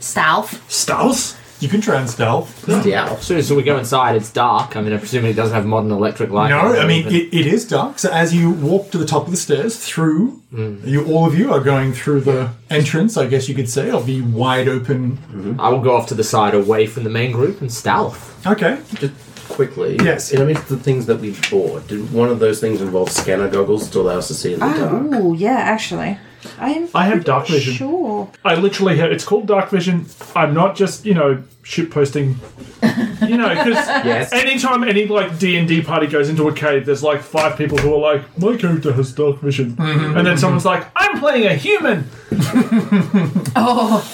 Speaker 8: Stealth.
Speaker 6: Stealth?
Speaker 5: You can try and stealth.
Speaker 7: Yeah. As soon as we go inside, it's dark. I mean, I'm presuming it doesn't have modern electric light.
Speaker 5: No, I mean, it, it is dark. So as you walk to the top of the stairs, through, you all of you are going through the entrance, I guess you could say, of the wide open.
Speaker 7: I will go off to the side, away from the main group, and stealth.
Speaker 5: Okay.
Speaker 3: Just quickly,
Speaker 5: Yes.
Speaker 3: In amidst the things that we bought, did one of those things involve scanner goggles to allow us to see in the dark?
Speaker 8: Oh, yeah, actually. I'm
Speaker 6: I have dark vision.
Speaker 8: sure.
Speaker 6: I literally have. It's called dark vision. I'm not just you know shit posting. You know, because
Speaker 3: Yes.
Speaker 6: anytime any like D and D party goes into a cave, there's like five people who are like, my character has dark vision, and then someone's like, I'm playing a human.
Speaker 8: Oh,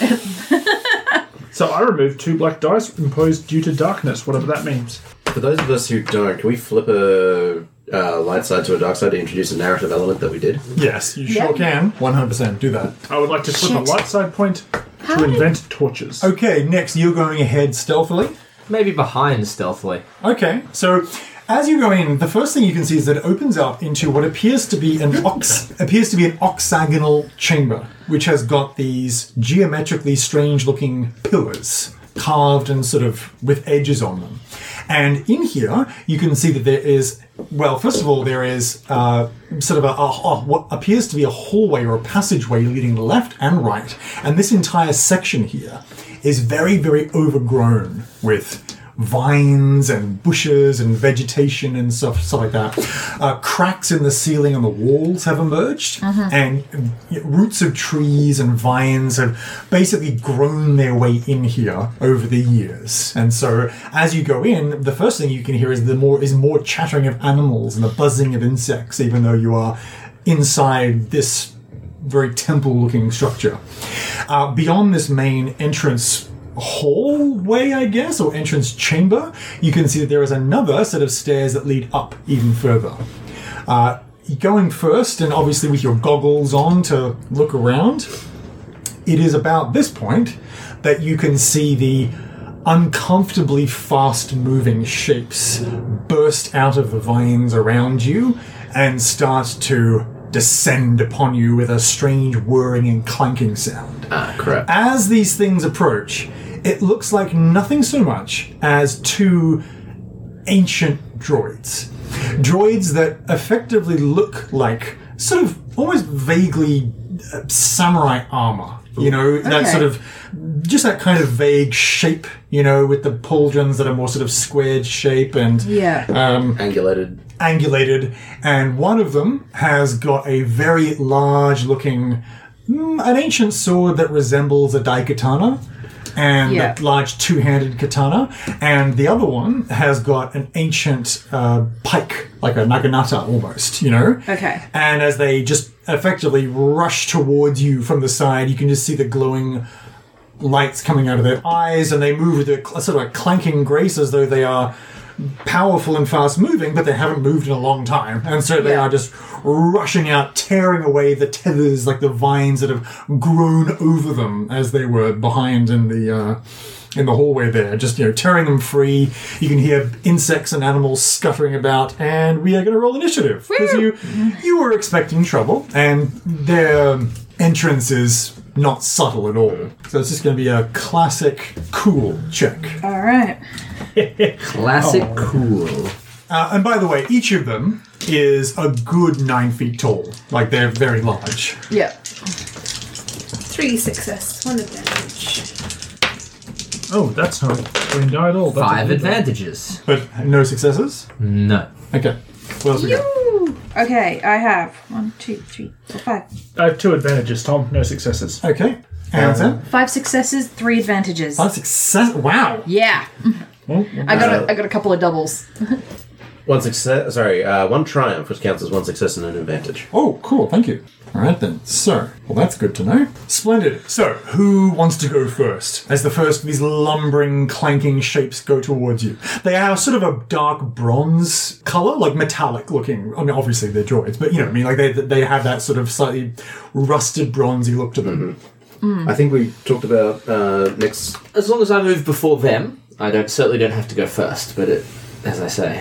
Speaker 6: So I removed two black dice imposed due to darkness, whatever that means.
Speaker 3: For those of us who don't, can we flip a uh, light side to a dark side to introduce a narrative element that we did?
Speaker 5: Yes, you sure can. 100% do that.
Speaker 6: I would like to flip a
Speaker 8: Shit.
Speaker 6: light side point to invent torches.
Speaker 5: Okay, next, you're going ahead stealthily.
Speaker 7: Maybe behind stealthily.
Speaker 5: Okay, so as you go in, the first thing you can see is that it opens up into what appears to be an ox appears to be an oxagonal chamber, which has got these geometrically strange-looking pillars carved and sort of with edges on them. And in here, you can see that there is well, first of all, there is uh, sort of a, a, a- what appears to be a hallway or a passageway leading left and right, and this entire section here is very, very overgrown with vines and bushes and vegetation and stuff, stuff like that. Uh, cracks in the ceiling and the walls have emerged, and uh, roots of trees and vines have basically grown their way in here over the years. And so, as you go in, the first thing you can hear is the more is more chattering of animals and the buzzing of insects, even though you are inside this very temple looking structure. Uh, beyond this main entrance hallway, I guess, or entrance chamber, you can see that there is another set of stairs that lead up even further. Uh, going first, and obviously with your goggles on to look around, it is about this point that you can see the uncomfortably fast moving shapes burst out of the vines around you and start to descend upon you with a strange whirring and clanking sound.
Speaker 3: Ah, crap.
Speaker 5: As these things approach, it looks like nothing so much as two ancient droids. Droids that effectively look like sort of almost vaguely uh, samurai armor. You know, that
Speaker 8: Okay.
Speaker 5: sort of just that kind of vague shape, you know, with the pauldrons that are more sort of squared shape and
Speaker 8: Yeah.
Speaker 3: Uh, Angulated.
Speaker 5: angulated, and one of them has got a very large looking, mm, an ancient sword that resembles a daikatana. And
Speaker 8: Yeah.
Speaker 5: that large two-handed katana, and the other one has got an ancient uh, pike, like a naginata almost, you know.
Speaker 8: Okay.
Speaker 5: And as they just effectively rush towards you from the side, you can just see the glowing lights coming out of their eyes, and they move with a cl- sort of a clanking grace as though they are powerful and fast moving, but they haven't moved in a long time. And so they
Speaker 8: Yeah.
Speaker 5: are just rushing out, tearing away the tethers, like the vines that have grown over them as they were behind in the. Uh, in the hallway there, just you know, tearing them free. You can hear insects and animals scuttering about, and we are going to roll initiative because you you were expecting trouble, and their entrance is not subtle at all. So it's just going to be a classic cool check.
Speaker 8: All right.
Speaker 7: Classic cool.
Speaker 5: Uh, and by the way, each of them is a good nine feet tall. Like they're very large.
Speaker 8: Yeah.
Speaker 9: Three success, one advantage.
Speaker 6: Oh, that's not green die at all. That's
Speaker 7: Five
Speaker 6: a blue die.
Speaker 7: advantages.
Speaker 5: But no successes?
Speaker 7: No.
Speaker 5: Okay. What else we got?
Speaker 8: Woo! Okay, I have one, two, three, four, five.
Speaker 6: I have two advantages, Tom. No successes.
Speaker 5: Okay. And then
Speaker 8: Five successes, three advantages.
Speaker 5: five success. Wow.
Speaker 8: Yeah. I
Speaker 3: uh,
Speaker 8: got a, I got a couple of doubles.
Speaker 3: One success. Sorry, uh, one triumph, which counts as one success and an advantage.
Speaker 5: Oh, cool. Thank you. All right then. So, well, that's good to know. Splendid. So, who wants to go first? As the first of these lumbering, clanking shapes go towards you, they are sort of a dark bronze color, like metallic looking. I mean, obviously they're droids, but you know, what I mean, like they they have that sort of slightly rusted, bronzy look to them.
Speaker 3: Hmm. I think we talked about uh, next.
Speaker 7: As long as I move before them, I don't certainly don't have to go first. But it, as I say,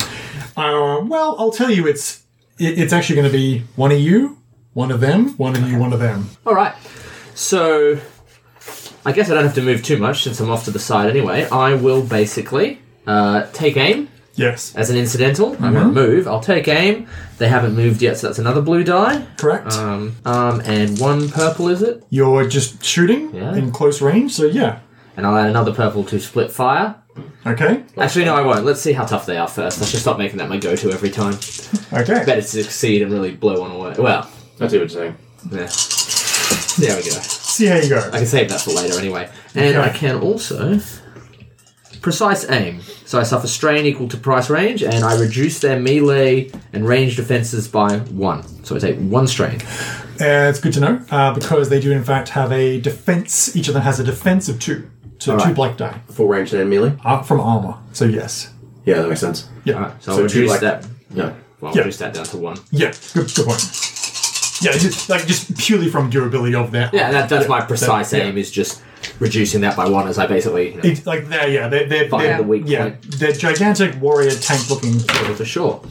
Speaker 5: Uh, well, I'll tell you, it's it, it's actually going to be one of you, one of them, one of you, one of them.
Speaker 7: all right. So I guess I don't have to move too much since I'm off to the side anyway. I will basically uh, take aim
Speaker 5: Yes,
Speaker 7: as an incidental. I'm going to move. I'll take aim. They haven't moved yet, so that's another blue die.
Speaker 5: correct.
Speaker 7: Um, um, and one purple is it?
Speaker 5: You're just shooting
Speaker 7: Yeah.
Speaker 5: in close range, so yeah.
Speaker 7: And I'll add another purple to split fire.
Speaker 5: Okay.
Speaker 7: Actually, no, I won't. Let's see how tough they are first. I should stop making that my go-to every time.
Speaker 5: Okay.
Speaker 7: Better to succeed and really blow one away. Well,
Speaker 3: I see what you're saying.
Speaker 7: yeah. There we go.
Speaker 5: See how you go.
Speaker 7: I can save that for later anyway. And
Speaker 5: Okay.
Speaker 7: I can also precise aim. So I suffer strain equal to price range, and I reduce their melee and range defenses by one. So I take one strain.
Speaker 5: Uh, it's good to know uh, because they do in fact have a defense. Each of them has a defense of two, so two
Speaker 7: right.
Speaker 5: black die
Speaker 3: Full range and melee?
Speaker 5: uh, from armor. So yes.
Speaker 3: Yeah, that makes sense.
Speaker 5: Yeah.
Speaker 7: All right, Uh, so,
Speaker 3: So
Speaker 7: I'll
Speaker 3: do you
Speaker 7: reduce
Speaker 3: like-
Speaker 7: that.
Speaker 3: No.
Speaker 7: Well, I'll
Speaker 5: Yeah.
Speaker 7: reduce that down to one.
Speaker 5: Yeah. Good, good point. Yeah, just, like just purely from durability of their.
Speaker 7: Yeah, that, that's my precise
Speaker 5: yeah.
Speaker 7: aim is just reducing that by one, as I basically you know,
Speaker 5: It's like they're yeah they're they're,
Speaker 7: Find
Speaker 5: they're
Speaker 7: the weak
Speaker 5: yeah
Speaker 7: point.
Speaker 5: they're gigantic warrior tank looking. sort of-
Speaker 7: for sure.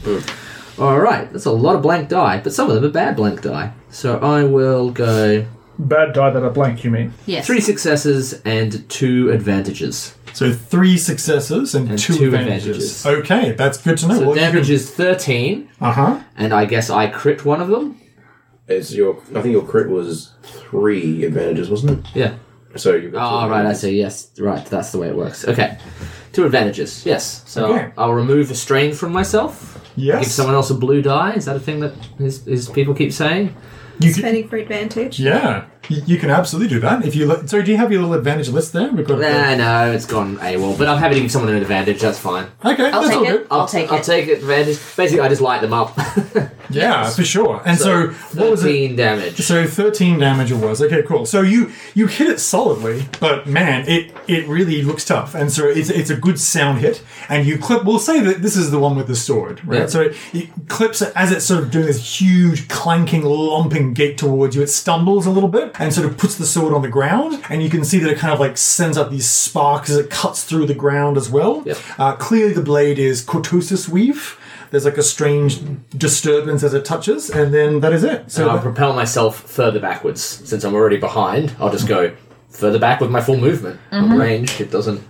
Speaker 7: All right, that's a lot of blank die, but some of them are bad blank die. So I will go
Speaker 6: Bad die that are blank. You mean?
Speaker 8: Yes.
Speaker 7: three successes and two advantages.
Speaker 5: So three successes and,
Speaker 7: And
Speaker 5: two,
Speaker 7: two
Speaker 5: advantages. Okay, that's good to know.
Speaker 7: So damage is thirteen.
Speaker 5: Uh huh.
Speaker 7: and I guess I crit one of them.
Speaker 3: Is your I think your crit was three advantages, wasn't
Speaker 7: Yeah.
Speaker 3: it? So you.
Speaker 7: Ah, Oh, right. I see. Yes. Right. That's the way it works. Okay. Two advantages, yes. So
Speaker 5: Okay.
Speaker 7: I'll remove a strain from myself.
Speaker 5: Yes.
Speaker 7: Give someone else a blue die. Is that a thing that his, his people keep saying?
Speaker 5: You can,
Speaker 9: Spending for advantage.
Speaker 5: yeah. You, you can absolutely do that. If you look, so do you have your little advantage list there? We've got uh, it there.
Speaker 7: Nah, no, it's gone AWOL. But I'm happy to give someone an advantage. That's fine.
Speaker 5: Okay,
Speaker 8: I'll
Speaker 5: that's all
Speaker 8: take
Speaker 5: good.
Speaker 8: it. I'll take
Speaker 7: I'll
Speaker 8: it.
Speaker 7: take advantage. Basically, I just light them up.
Speaker 5: Yeah, for sure. And so, what was it?
Speaker 7: 13 damage.
Speaker 5: So thirteen damage it was. Okay, cool. So you you hit it solidly, but man, it it really looks tough. And so it's it's a good sound hit. And you clip. We'll say that this is the one with the sword, right?
Speaker 7: Yeah.
Speaker 5: So it, it clips it as it's sort of doing this huge clanking, lumping gait towards you. It stumbles a little bit and sort of puts the sword on the ground. And you can see that it kind of like sends up these sparks as it cuts through the ground as well.
Speaker 7: Yep.
Speaker 5: Uh, clearly, the blade is cortosis weave. There's like a strange disturbance as it touches, and then that is it. So
Speaker 7: And I'll
Speaker 5: that-
Speaker 7: propel myself further backwards. Since I'm already behind, I'll just go further back with my full movement.
Speaker 8: Mm-hmm.
Speaker 7: I'm Ranged, it doesn't.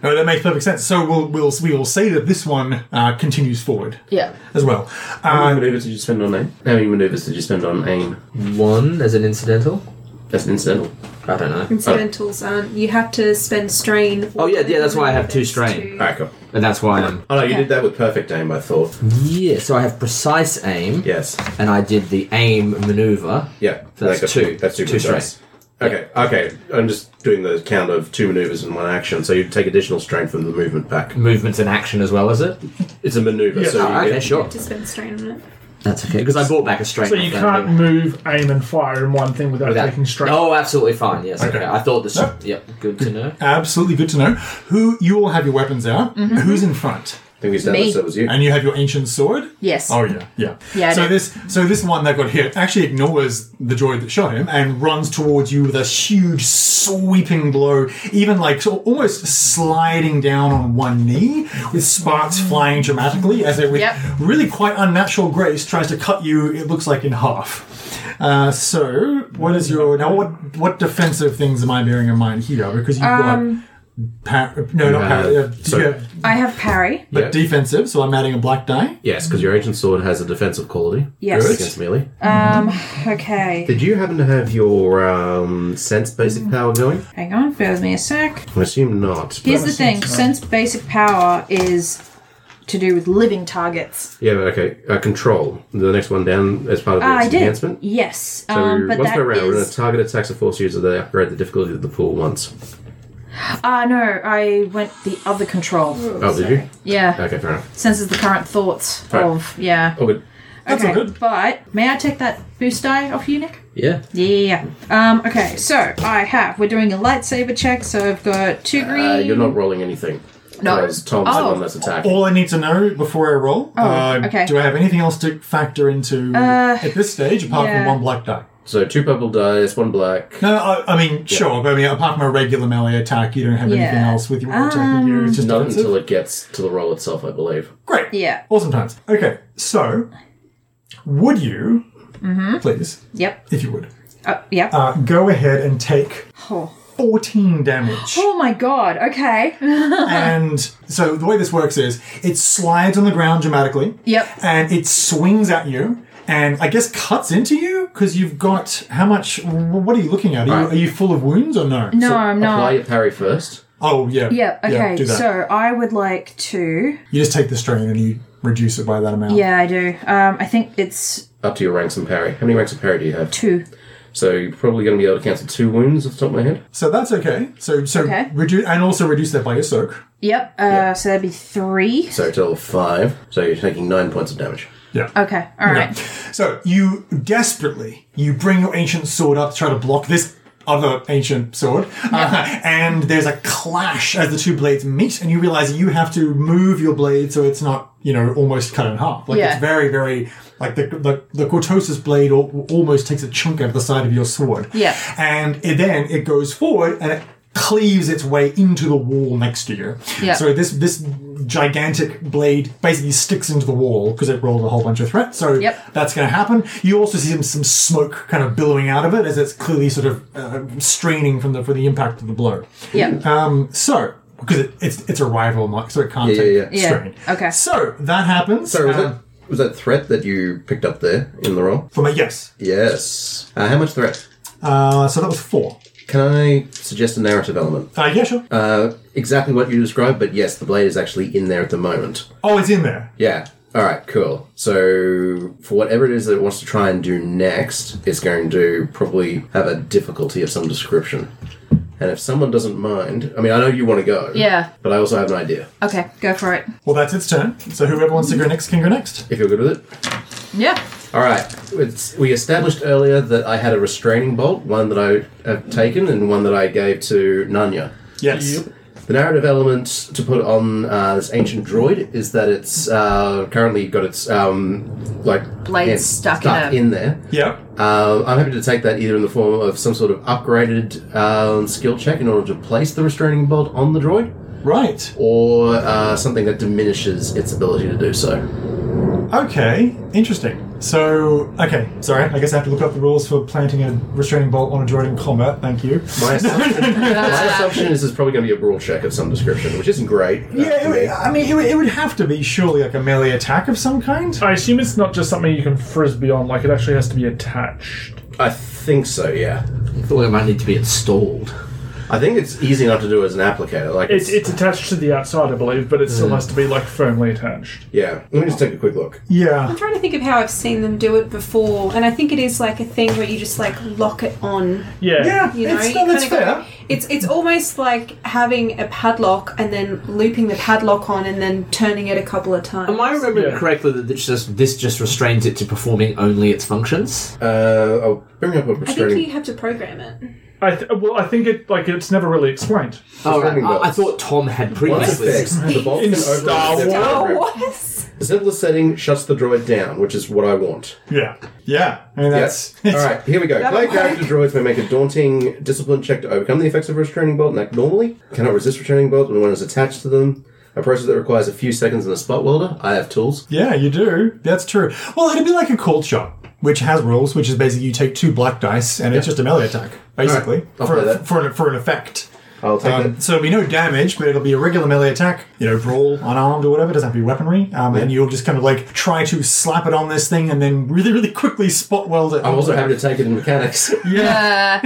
Speaker 5: No, that makes perfect sense. So we'll we'll we will say that this one uh, continues forward
Speaker 8: Yeah.
Speaker 5: as well.
Speaker 3: How
Speaker 5: Uh,
Speaker 3: many maneuvers did you spend on aim? How many maneuvers did you spend on aim?
Speaker 7: One as an incidental?
Speaker 3: That's an incidental.
Speaker 7: I don't know.
Speaker 9: Incidentals aren't. You have to spend strain.
Speaker 7: Oh, yeah, yeah, that's why I have two strain.
Speaker 9: To-
Speaker 3: Alright, cool.
Speaker 7: And that's why I'm.
Speaker 3: Oh no, you did that with perfect aim, I thought.
Speaker 7: Yeah, so I have precise aim,
Speaker 3: Yes.
Speaker 7: and I did the aim maneuver.
Speaker 3: Yeah.
Speaker 7: So that's
Speaker 3: Like a-
Speaker 7: two.
Speaker 3: That's two,
Speaker 7: Two
Speaker 3: good
Speaker 7: straight.
Speaker 3: dice. Okay, okay. I'm just doing the count of two maneuvers in one action, so you take additional strain from the movement back.
Speaker 7: Movement's in action as well, is it?
Speaker 3: It's a maneuver, so you
Speaker 7: Oh, okay,
Speaker 3: get-
Speaker 7: sure.
Speaker 9: To spend strain on it.
Speaker 7: That's okay, because I brought back a straight.
Speaker 6: So you can't move, aim, and fire in one thing without, taking straight.
Speaker 7: Oh, absolutely fine. Yes. Okay.
Speaker 5: Okay.
Speaker 7: I thought this.
Speaker 5: No.
Speaker 7: Yep. Good to know.
Speaker 5: absolutely good to know. Who you all have your weapons out? Who's in front?
Speaker 3: I think we established that was you.
Speaker 5: And you have your ancient sword.
Speaker 8: Yes.
Speaker 5: Oh yeah, yeah.
Speaker 8: Yeah, I
Speaker 5: So
Speaker 8: do.
Speaker 5: this so this one that got hit actually ignores the droid that shot him and runs towards you with a huge sweeping blow, even like so almost sliding down on one knee with sparks flying dramatically as it with
Speaker 8: Yep.
Speaker 5: really quite unnatural grace tries to cut you. It looks like in half. Uh, so what is your now? What what defensive things am I bearing in mind here? Because you've
Speaker 8: Um,
Speaker 5: got par- no, not
Speaker 3: Uh,
Speaker 5: par- uh,
Speaker 3: so-
Speaker 5: yeah,
Speaker 8: I have parry.
Speaker 5: but
Speaker 3: Yeah.
Speaker 5: defensive. So I'm adding a black die.
Speaker 3: Yes, because your ancient sword has a defensive quality.
Speaker 8: Yes. Good.
Speaker 3: Against melee.
Speaker 8: Um, okay.
Speaker 3: Did you happen to have your um, sense basic power going?
Speaker 8: Hang on, bear with me a sec.
Speaker 3: I assume not.
Speaker 8: Here's the thing since basic power is to do with living targets.
Speaker 3: Yeah, but okay. Uh, control. The next one down as part of
Speaker 8: Ah, I
Speaker 3: its
Speaker 8: did.
Speaker 3: enhancement.
Speaker 8: Yes.
Speaker 3: So
Speaker 8: Um, but
Speaker 3: once
Speaker 8: that
Speaker 3: per round, we're going to
Speaker 8: is.
Speaker 3: target attacks of force user that upgrade the difficulty of the pool once.
Speaker 8: Ah, no, I went the other control.
Speaker 3: Oh, did you?
Speaker 8: Yeah.
Speaker 3: Okay, fair enough.
Speaker 8: Senses the current thoughts
Speaker 3: Right.
Speaker 8: of. Yeah.
Speaker 3: Oh, good.
Speaker 5: That's
Speaker 8: okay.
Speaker 5: all good.
Speaker 8: But may I take that boost die off you, Nick?
Speaker 7: Yeah.
Speaker 8: Yeah. Um, okay, so I have. We're doing a lightsaber check, so I've got two green.
Speaker 3: Uh, you're not rolling anything.
Speaker 8: No.
Speaker 3: Because Tom's the
Speaker 8: Oh.
Speaker 3: one that's attacking.
Speaker 5: All I need to know before I roll. uh,
Speaker 8: okay.
Speaker 5: Do I have anything else to factor into
Speaker 8: Uh,
Speaker 5: at this stage apart
Speaker 8: yeah.
Speaker 5: from one black die?
Speaker 3: So two purple dice, one black.
Speaker 5: No, I, I mean sure, but I mean apart from a regular melee attack, you don't have anything
Speaker 8: Yeah.
Speaker 5: else with your attack. You it's just
Speaker 3: Not
Speaker 5: defensive.
Speaker 3: until it gets to the roll itself, I believe.
Speaker 5: great.
Speaker 8: Yeah.
Speaker 5: Awesome times. Okay, so would you
Speaker 8: Mm-hmm.
Speaker 5: please,
Speaker 8: Yep.
Speaker 5: if you would,
Speaker 8: Uh, yep.
Speaker 5: uh, go ahead and take
Speaker 8: oh.
Speaker 5: fourteen damage?
Speaker 8: Oh my god, okay.
Speaker 5: and so the way this works is it slides on the ground dramatically.
Speaker 8: Yep.
Speaker 5: And it swings at you. And I guess cuts into you because you've got how much? What are you looking at? Are, you,
Speaker 3: Right.
Speaker 5: are you full of wounds or no?
Speaker 8: No, I'm
Speaker 3: Apply
Speaker 8: not.
Speaker 3: your parry first.
Speaker 5: Oh yeah.
Speaker 8: Yeah, okay,
Speaker 5: do that.
Speaker 8: so I would like to.
Speaker 5: you just take the strain and you reduce it by that amount.
Speaker 8: Yeah, I do. Um, I think it's
Speaker 3: Up to your ranks and parry. How many ranks of parry do you have?
Speaker 8: two.
Speaker 3: So you're probably going to be able to cancel two wounds off the top of my head.
Speaker 5: So that's okay. So so
Speaker 8: Okay.
Speaker 5: reduce and also reduce that by your soak.
Speaker 8: Yep, uh, so that'd be three.
Speaker 3: So total of five. So you're taking nine points of damage.
Speaker 5: Yeah.
Speaker 8: Okay, alright.
Speaker 5: So you desperately you bring your ancient sword up to try to block this other ancient sword, uh, and there's a clash as the two blades meet, and you realize you have to move your blade so it's not you know almost cut in half. Like
Speaker 8: Yeah.
Speaker 5: it's very very like the the, the cortosis blade al- almost takes a chunk out of the side of your sword.
Speaker 8: Yeah.
Speaker 5: and it, then it goes forward and it cleaves its way into the wall next to you.
Speaker 8: Yeah.
Speaker 5: So this this gigantic blade basically sticks into the wall because it rolled a whole bunch of threat. So
Speaker 8: Yep.
Speaker 5: that's going to happen. You also see some, some smoke kind of billowing out of it as it's clearly sort of uh, straining from the for the impact of the blow.
Speaker 8: Yep.
Speaker 5: Um, so because it, it's it's a rival mark, so it can't
Speaker 3: Yeah,
Speaker 5: take
Speaker 3: yeah,
Speaker 8: yeah. Yeah,
Speaker 5: strain.
Speaker 8: okay.
Speaker 5: So that happens.
Speaker 3: So was
Speaker 5: Um,
Speaker 3: that was that threat that you picked up there in the roll?
Speaker 5: for my yes.
Speaker 3: Yes. Uh, how much threat?
Speaker 5: Uh, so that was four.
Speaker 3: Can I suggest a narrative element?
Speaker 5: Uh, yeah, sure.
Speaker 3: Uh, exactly what you described, but yes, the blade is actually in there at the moment.
Speaker 5: oh, it's in there.
Speaker 3: Yeah. All right, cool. So, for whatever it is that it wants to try and do next, it's going to probably have a difficulty of some description. And if someone doesn't mind, I mean, I know you want to go.
Speaker 8: Yeah.
Speaker 3: But I also have an idea.
Speaker 8: Okay, go for it.
Speaker 5: Well, that's its turn. So whoever wants to go next can go next.
Speaker 3: If you're good with it.
Speaker 8: Yeah.
Speaker 3: All right. It's, we established earlier that I had a restraining bolt, one that I have taken and one that I gave to Nanya.
Speaker 5: Yes.
Speaker 3: The narrative element to put on uh, this ancient droid is that it's uh, currently got its um, like
Speaker 8: Blade
Speaker 3: hand
Speaker 8: stuck in a-
Speaker 3: in there.
Speaker 5: Yeah.
Speaker 3: Uh, I'm happy to take that either in the form of some sort of upgraded um, skill check in order to place the restraining bolt on the droid,
Speaker 5: Right.
Speaker 3: or uh, something that diminishes its ability to do so.
Speaker 5: Okay. Interesting. So, okay. Sorry. I guess I have to look up the rules for planting a restraining bolt on a droid in combat. Thank you.
Speaker 3: My assumption, my assumption is it's probably going to be a brawl check of some description, which isn't great. uh,
Speaker 5: Yeah, it
Speaker 3: for
Speaker 5: would,
Speaker 3: me.
Speaker 5: I mean, it would, it would have to be surely like a melee attack of some kind.
Speaker 6: I assume it's not just something you can frisbee on, like it actually has to be attached.
Speaker 3: I think so. Yeah,
Speaker 7: I thought it might need to be installed.
Speaker 3: I think it's easy enough to do as an applicator. Like
Speaker 6: It's, it's attached to the outside, I believe, but it still has to be like firmly attached.
Speaker 3: yeah. Let me just take a quick look.
Speaker 5: Yeah.
Speaker 4: I'm trying to think of how I've seen them do it before, and I think it is like a thing where you just like lock it on.
Speaker 6: Yeah.
Speaker 5: Yeah.
Speaker 4: You know,
Speaker 5: it's,
Speaker 4: you
Speaker 5: no, that's
Speaker 4: kinda
Speaker 5: fair.
Speaker 4: go- It's it's almost like having a padlock and then looping the padlock on and then turning it a couple of times.
Speaker 7: Am I remembering
Speaker 6: Yeah.
Speaker 7: correctly that this just this just restrains it to performing only its functions?
Speaker 3: Uh, I'll bring up a
Speaker 4: I think
Speaker 3: restraining.
Speaker 4: you have to program it.
Speaker 6: I th- well, I think it like it's never really explained.
Speaker 7: Oh,
Speaker 3: Restraining
Speaker 7: I- I,
Speaker 3: bolts.
Speaker 7: thought Tom had
Speaker 3: Once
Speaker 7: previously.
Speaker 3: fixed, the bolt
Speaker 6: In
Speaker 3: can override
Speaker 6: Star
Speaker 3: the separate
Speaker 6: Wars.
Speaker 3: program.
Speaker 4: What?
Speaker 3: The simplest setting shuts the droid down, which is what I want.
Speaker 5: Yeah. Yeah. I mean, that's.
Speaker 3: Yes. All right, here we go. Player character droids may make a daunting discipline check to overcome the effects of a restraining bolt and act normally. Cannot resist restraining bolt when one is attached to them. A process that requires a few seconds in a spot welder. I have tools.
Speaker 5: Yeah, you do. That's true. Well, it'd be like a cold shot, which has rules, which is basically you take two black dice and it's just a melee attack, basically,
Speaker 3: I'll
Speaker 5: for,
Speaker 3: play that.
Speaker 5: for, an, for an effect.
Speaker 3: I'll take
Speaker 5: Um,
Speaker 3: that.
Speaker 5: so it'll be no damage, but it'll be a regular melee attack. You know, brawl, unarmed or whatever. Doesn't have to be weaponry. Um, And you'll just kind of like try to slap it on this thing, and then really, really quickly spot weld it.
Speaker 3: I'm also happy to take it in mechanics.
Speaker 5: yeah.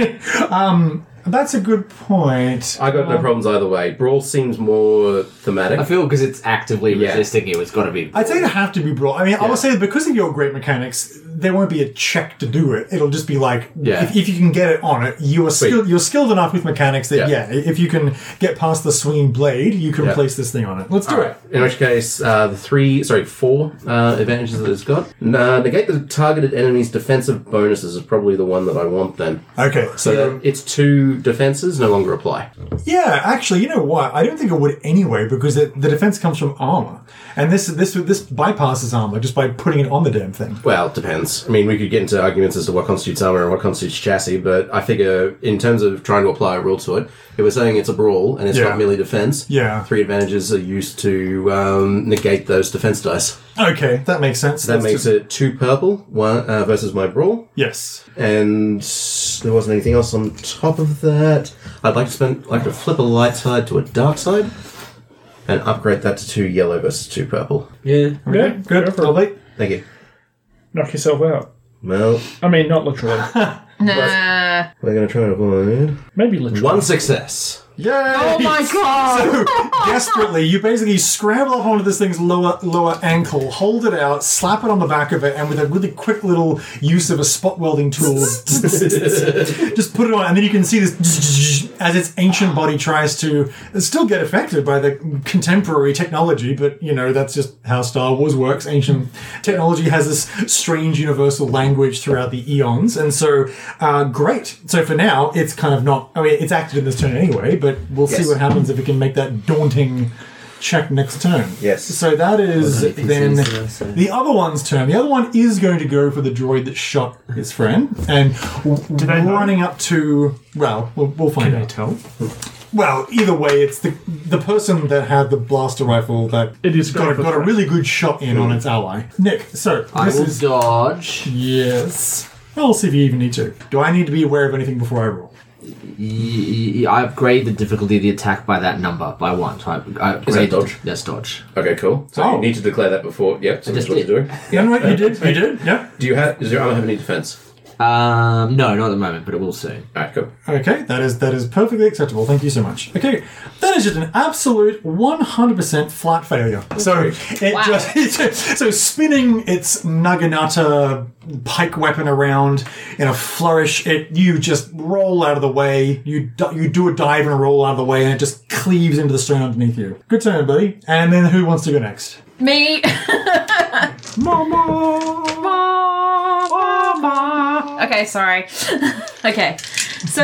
Speaker 5: um, that's a good point.
Speaker 3: I got no problems either way. Brawl seems more thematic.
Speaker 7: I feel because it's actively
Speaker 3: Yeah.
Speaker 7: resisting you, it's got to be.
Speaker 5: I'd say it'd have to be brawl. I mean, I would say because of your great mechanics, there won't be a check to do it. It'll just be like,
Speaker 3: Yeah.
Speaker 5: if, if you can get it on it, you are skilled. You're skilled enough with mechanics that
Speaker 3: Yeah.
Speaker 5: yeah. if you can get past the swinging blade, you can
Speaker 3: Yeah.
Speaker 5: place this thing on it. Let's do it.
Speaker 3: In which case, uh, the three, sorry, four uh, advantages that it's got. N- uh, negate the targeted enemy's defensive bonuses is probably the one that I want then.
Speaker 5: Okay,
Speaker 3: So
Speaker 5: so
Speaker 3: that its two defenses no longer apply.
Speaker 5: yeah, actually, you know what? I don't think it would anyway because it, the defense comes from armor, and this this this bypasses armor just by putting it on the damn thing.
Speaker 3: Well, it depends. I mean, we could get into arguments as to what constitutes armor and what constitutes chassis, but I figure in terms of trying to apply a rule to it, if we're saying it's a brawl and it's
Speaker 5: Yeah.
Speaker 3: not merely defense,
Speaker 5: Yeah.
Speaker 3: three advantages are used to um, negate those defense dice.
Speaker 5: Okay, that makes sense.
Speaker 3: That makes it two purple one uh, versus my brawl.
Speaker 5: yes.
Speaker 3: and there wasn't anything else on top of that. I'd like to spend like to flip a light side to a dark side, and upgrade that to two yellow versus two purple.
Speaker 7: Yeah.
Speaker 6: Yeah,
Speaker 5: Good.
Speaker 6: go for it.
Speaker 5: Lovely.
Speaker 3: Thank you.
Speaker 6: Knock yourself out.
Speaker 3: Well,
Speaker 6: I mean, not literally.
Speaker 8: Nah.
Speaker 3: we're gonna try and avoid
Speaker 6: Maybe literally.
Speaker 3: one success.
Speaker 5: Yay! Oh
Speaker 8: my god.
Speaker 5: desperately, you basically scramble up onto this thing's lower lower ankle, hold it out, slap it on the back of it, and with a really quick little use of a spot welding tool, just put it on, and then you can see this as its ancient body tries to still get affected by the contemporary technology. But you know that's just how Star Wars works. Ancient technology has this strange universal language throughout the eons, and so uh, great. So for now, it's kind of not. I mean, it's acted in this turn anyway, but we'll
Speaker 3: Yes.
Speaker 5: see what happens if it can make that daunting check next turn.
Speaker 3: Yes.
Speaker 5: So that is
Speaker 7: anything
Speaker 5: then
Speaker 7: sense there, so-
Speaker 5: the other one's turn. The other one is going to go for the droid that shot his friend and
Speaker 6: they know?
Speaker 5: running up to. Well, we'll, we'll find
Speaker 6: Can I
Speaker 5: out.
Speaker 6: tell?
Speaker 5: Well, either way, it's the the person that had the blaster rifle that
Speaker 6: It is
Speaker 5: got,
Speaker 6: going for
Speaker 5: got a
Speaker 6: threat.
Speaker 5: really good shot in on its ally. Nick, so
Speaker 7: I
Speaker 5: this
Speaker 7: will
Speaker 5: is
Speaker 7: dodge.
Speaker 5: yes. I'll see if you even need to. Do I need to be aware of anything before I roll?
Speaker 7: Y- y- I upgrade the difficulty of the attack by that number by one. So I, I
Speaker 3: that
Speaker 7: upgrade
Speaker 3: dodge?
Speaker 7: That's dodge.
Speaker 3: Okay, cool. So
Speaker 5: Oh.
Speaker 3: you need to declare that before. Yep. So
Speaker 7: I
Speaker 3: that's
Speaker 7: just
Speaker 3: what you're
Speaker 7: did.
Speaker 6: Uh,
Speaker 3: doing.
Speaker 5: Yeah, no, you did. You did. Yeah.
Speaker 3: Do you have? Does your armor have any defense?
Speaker 7: Uh, Um, no, not at the moment, but it will soon.
Speaker 3: Alright, cool.
Speaker 5: Okay, that is that is perfectly acceptable. Thank you so much. Okay, that is just an absolute one hundred percent flat failure. So it just so spinning its naginata pike weapon around in a flourish. It you just roll out of the way. You d- you do a dive and roll out of the way, and it just cleaves into the stone underneath you. Good turn, buddy. And then who wants to go next?
Speaker 8: Me.
Speaker 6: Mama!
Speaker 8: okay, sorry. okay, so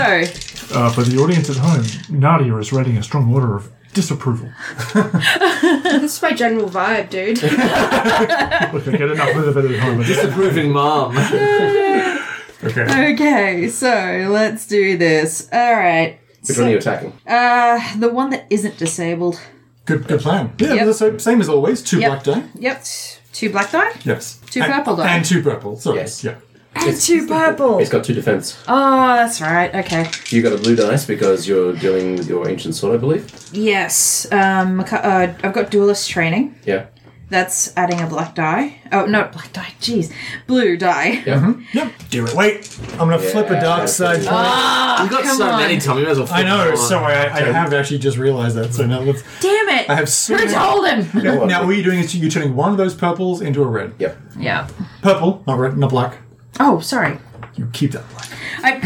Speaker 6: Uh, for the audience at home, Nadia is rating a strong order of disapproval.
Speaker 4: This is my general vibe, dude.
Speaker 6: Look, I get enough of it at home.
Speaker 7: Disapproving mom.
Speaker 5: Okay.
Speaker 8: okay, so let's do this. All right.
Speaker 3: Which one are you attacking?
Speaker 8: Uh, the one that isn't disabled.
Speaker 5: Good good plan. Yeah.
Speaker 8: Yep.
Speaker 5: So same as always. Two
Speaker 8: Yep.
Speaker 5: black die.
Speaker 8: Yep. Two black die.
Speaker 5: Yes.
Speaker 8: Two
Speaker 5: And-
Speaker 8: purple die.
Speaker 5: And two purple. Sorry.
Speaker 3: Yes.
Speaker 5: Yeah.
Speaker 8: And two purple.
Speaker 3: He's got two defense.
Speaker 8: Oh, that's right. Okay.
Speaker 3: You got a blue dice because you're dealing with your ancient sword, I believe.
Speaker 8: Yes. Um, ca- uh, I've got duelist training.
Speaker 3: Yeah.
Speaker 8: That's adding a black die. Oh, not black die. Jeez, blue die.
Speaker 3: Yeah.
Speaker 5: Yep. Do it. Wait. I'm gonna Mm-hmm. flip a
Speaker 3: Yeah,
Speaker 5: dark
Speaker 3: that's
Speaker 5: side. Ah!
Speaker 3: it.
Speaker 5: twenty.
Speaker 7: We've got
Speaker 8: Ah, come
Speaker 7: so
Speaker 8: on.
Speaker 7: many, Tommy. You might as well
Speaker 5: I
Speaker 7: flip
Speaker 5: know.
Speaker 7: them all.
Speaker 5: Sorry, I, I have actually just realised that. So now let's.
Speaker 8: Damn it!
Speaker 5: I have so.
Speaker 8: Who
Speaker 5: many-
Speaker 8: told him?
Speaker 5: Now, now what you're doing is you're turning one of those purples into a red.
Speaker 3: Yep.
Speaker 8: yeah.
Speaker 5: Purple, not red, not black.
Speaker 8: Oh, sorry.
Speaker 5: You keep that black.
Speaker 8: I,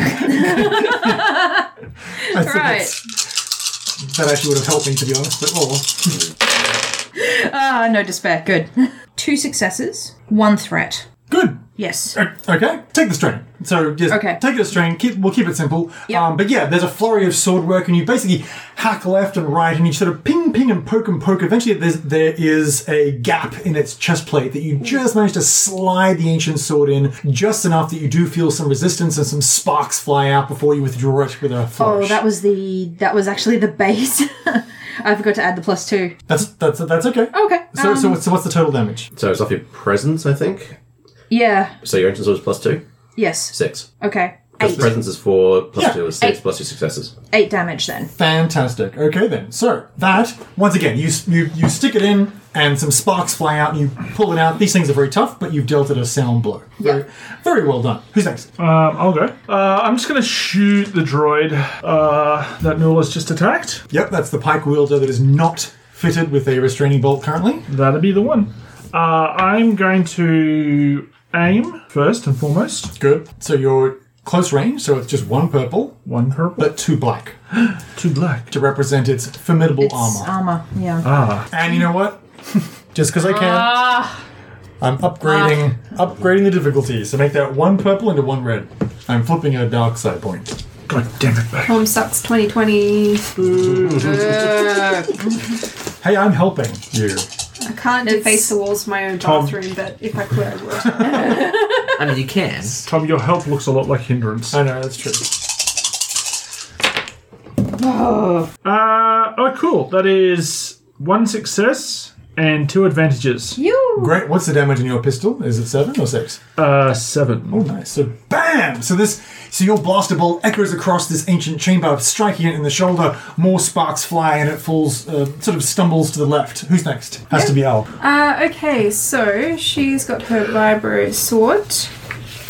Speaker 5: I think
Speaker 8: Right.
Speaker 5: it's- That actually would have helped me to be honest. But oh, well.
Speaker 8: ah, no despair. Good. Two successes, one threat.
Speaker 5: good.
Speaker 8: Yes.
Speaker 5: O- Okay, take the string. So just
Speaker 8: Okay.
Speaker 5: take the string. Keep, we'll keep it simple.
Speaker 8: Yep.
Speaker 5: Um, but yeah, there's a flurry of sword work, and you basically hack left and right, and you sort of ping, ping, and poke and poke. Eventually, there's, there is a gap in its chest plate that you just manage to slide the ancient sword in, just enough that you do feel some resistance and some sparks fly out before you withdraw it with a
Speaker 8: Oh,
Speaker 5: flourish.
Speaker 8: that was the that was actually the base. I forgot to add the plus two.
Speaker 5: that's that's that's okay.
Speaker 8: Okay.
Speaker 5: So,
Speaker 8: um,
Speaker 5: so, what's, so what's the total damage?
Speaker 3: So it's off your presence, I think.
Speaker 8: yeah.
Speaker 3: So your ancient sword is plus two.
Speaker 8: Yes.
Speaker 3: Six.
Speaker 8: Okay.
Speaker 3: Because presence is four, plus
Speaker 5: Yeah.
Speaker 3: two is six,
Speaker 8: Eight.
Speaker 3: plus two successes.
Speaker 8: Eight damage then.
Speaker 5: Fantastic. Okay then. So that once again, you you you stick it in, and some sparks fly out, and you pull it out. These things are very tough, but you've dealt it a sound blow. Very, very well done. Who's next?
Speaker 6: Um, I'll go. Uh, I'm just going to shoot the droid uh, that Nula's just attacked.
Speaker 5: Yep, that's the pike wielder that is not fitted with a restraining bolt currently.
Speaker 6: That'll be the one. Uh, I'm going to aim first and foremost.
Speaker 5: Good. So you're close range, so it's just one purple,
Speaker 6: One purple,
Speaker 5: but two black
Speaker 6: two black.
Speaker 5: to represent its formidable
Speaker 8: It's
Speaker 5: armor.
Speaker 8: armor. Yeah.
Speaker 6: Uh,
Speaker 5: And you know what? Just because I can, I'm upgrading upgrading the difficulty. So make that one purple into one red. I'm flipping a dark side point.
Speaker 6: God damn it, mate.
Speaker 4: Home sucks 2020.
Speaker 5: Hey, I'm helping you.
Speaker 4: I can't deface the walls of my own bathroom, but if I could, I would.
Speaker 7: I mean, you can.
Speaker 6: Tom, your help looks a lot like hindrance.
Speaker 5: I know that's true.
Speaker 6: Uh, oh, cool. That is one success and two advantages.
Speaker 5: Great. What's the damage in your pistol? Is it seven or six?
Speaker 6: Uh, seven.
Speaker 5: Oh, nice. So, bam! So this, so your blaster bolt echoes across this ancient chamber, striking it in the shoulder. More sparks fly, and it falls, uh, sort of stumbles to the left. Who's next? Has to be Al.
Speaker 4: Uh, okay, so she's got her vibro sword.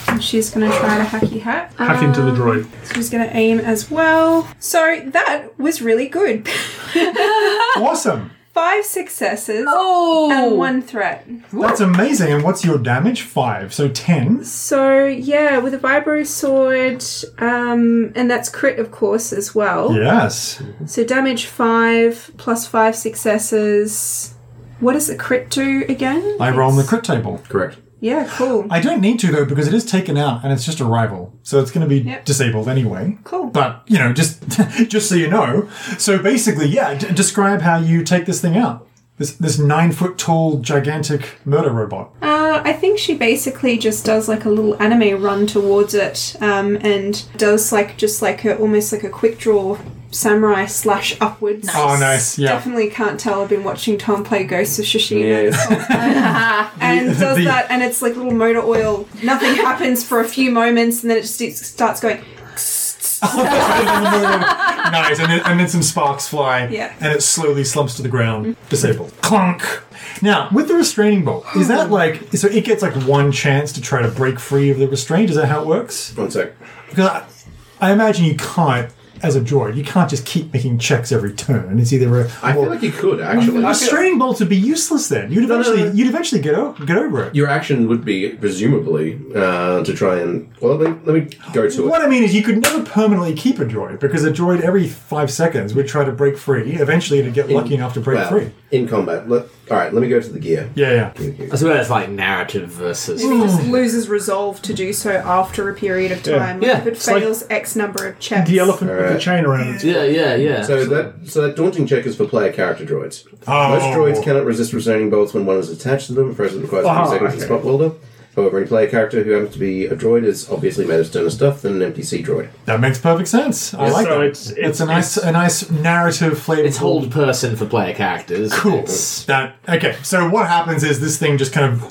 Speaker 4: And she's gonna try to hacky hack.
Speaker 6: Hack into
Speaker 7: Um,
Speaker 6: the droid.
Speaker 4: So she's gonna aim as well. So that was really good.
Speaker 5: Awesome.
Speaker 4: Five successes
Speaker 8: Oh.
Speaker 4: and one threat.
Speaker 5: That's amazing. And what's your damage? Five. So ten.
Speaker 4: So yeah, with a vibro sword, um, and that's crit of course as
Speaker 5: Oh.
Speaker 4: well.
Speaker 5: Yes.
Speaker 4: So damage five plus five successes. What does the crit do again?
Speaker 5: I roll on the crit table.
Speaker 3: Correct.
Speaker 4: Yeah, cool.
Speaker 5: I don't need to though because it is taken out and it's just a rival, so it's going to be
Speaker 4: Yep.
Speaker 5: disabled anyway.
Speaker 4: Cool.
Speaker 5: But you know, just just so you know. So basically, yeah. D- describe how you take this thing out. This this nine foot tall gigantic murder robot.
Speaker 4: Uh, I think she basically just does like a little anime run towards it, um, and does like just like a almost like a quick draw samurai slash upwards.
Speaker 5: Oh, nice. Yeah.
Speaker 4: Definitely can't tell. I've been watching Tom play Ghost of Tsushima,
Speaker 3: Yeah.
Speaker 4: and does
Speaker 5: the-
Speaker 4: that, and it's like little motor oil. Nothing happens for a few moments, and then it just it starts going.
Speaker 5: nice, and then, and then some sparks fly,
Speaker 9: Yeah.
Speaker 5: and it slowly slumps to the ground, disabled. Clunk. Now, with the restraining bolt, is that like so? It gets like one chance to try to break free of the restraint. Is that how it works?
Speaker 3: One sec.
Speaker 5: Because I, I imagine you can't, as a droid, you can't just keep making checks every turn. It's either a
Speaker 3: I feel like you could actually.
Speaker 5: restraining bolt would be uselseless. Then you'd
Speaker 3: no,
Speaker 5: eventually
Speaker 3: no.
Speaker 5: you'd eventually get o- get over it.
Speaker 3: Your action would be presumably uh, to try and well. Let me, let me go to
Speaker 5: What
Speaker 3: it.
Speaker 5: I mean is, you could never permanently keep a droid because a droid every five seconds would try to break free. Eventually, it'd get lucky enough to break
Speaker 3: Well,
Speaker 5: free.
Speaker 3: in combat. Let, all right. Let me go to the gear.
Speaker 5: Yeah, yeah.
Speaker 7: I suppose that's like narrative versus.
Speaker 9: It just loses resolve to do so after a period of time.
Speaker 7: Yeah.
Speaker 9: Like if it
Speaker 7: It's
Speaker 6: like
Speaker 9: fails X number of checks.
Speaker 6: The elephant with the
Speaker 3: Alright.
Speaker 6: chain around it.
Speaker 7: Yeah, yeah, yeah.
Speaker 3: So that so that daunting check is for player character droids.
Speaker 5: Oh.
Speaker 3: Most droids cannot resist restraining bolts when one is attached to them. Frozen requires
Speaker 6: Oh,
Speaker 3: three seconds
Speaker 6: okay.
Speaker 3: to spot welder. However, any player character who happens to be a droid is obviously made of sterner stuff than an NPC droid.
Speaker 5: That makes perfect sense. I
Speaker 6: Yeah,
Speaker 5: like
Speaker 6: so
Speaker 5: that. It's,
Speaker 6: it's-
Speaker 5: a nice,
Speaker 6: it's-
Speaker 5: a nice narrative flavor.
Speaker 7: It's hold person for player characters.
Speaker 5: Cool.
Speaker 7: It's-
Speaker 5: That okay. So what happens is this thing just kind of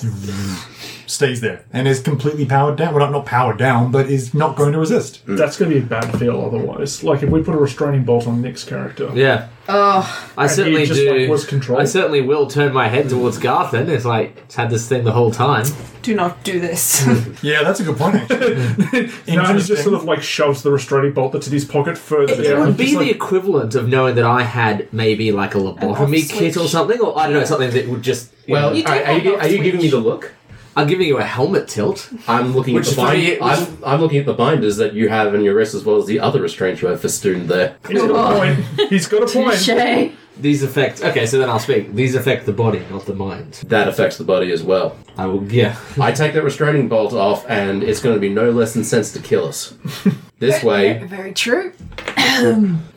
Speaker 5: stays there and is completely powered down. Well, not not powered down, but is not going to resist.
Speaker 6: That's going to be a bad feel otherwise. Like if we put a restraining bolt on Nick's character.
Speaker 7: Yeah.
Speaker 8: Oh,
Speaker 7: I certainly
Speaker 6: he just,
Speaker 7: do.
Speaker 6: like, was controlled.
Speaker 7: I certainly will turn my head towards Garth. Then it's like it's had this thing the whole time.
Speaker 9: Do not do this.
Speaker 5: Yeah, that's a good point. Actually,
Speaker 6: No, he
Speaker 5: Interesting.
Speaker 6: just sort of like shoves the restraining bolt that's in his pocket further
Speaker 7: It
Speaker 6: down.
Speaker 7: would be
Speaker 6: Just like-
Speaker 7: the equivalent of knowing that I had maybe like a lobotomy kit or something, or I don't know something that would just. you know,
Speaker 3: all right, are, you, are you giving me the look?
Speaker 7: I'm giving you a helmet tilt.
Speaker 3: I'm looking
Speaker 7: Which
Speaker 3: at
Speaker 7: is
Speaker 3: the bind-
Speaker 7: funny, it was-
Speaker 3: I'm, I'm looking at the binders that you have in your wrist as well as the other restraint you have festooned there.
Speaker 6: He's got a point. He's got a point.
Speaker 8: Shay.
Speaker 7: These affect. Okay, so then I'll speak. These affect the body, not the mind.
Speaker 3: That affects the body as well.
Speaker 7: I will. Yeah.
Speaker 3: I take that restraining bolt off, and it's going to be no less than sense to kill us. This way,
Speaker 8: Very true.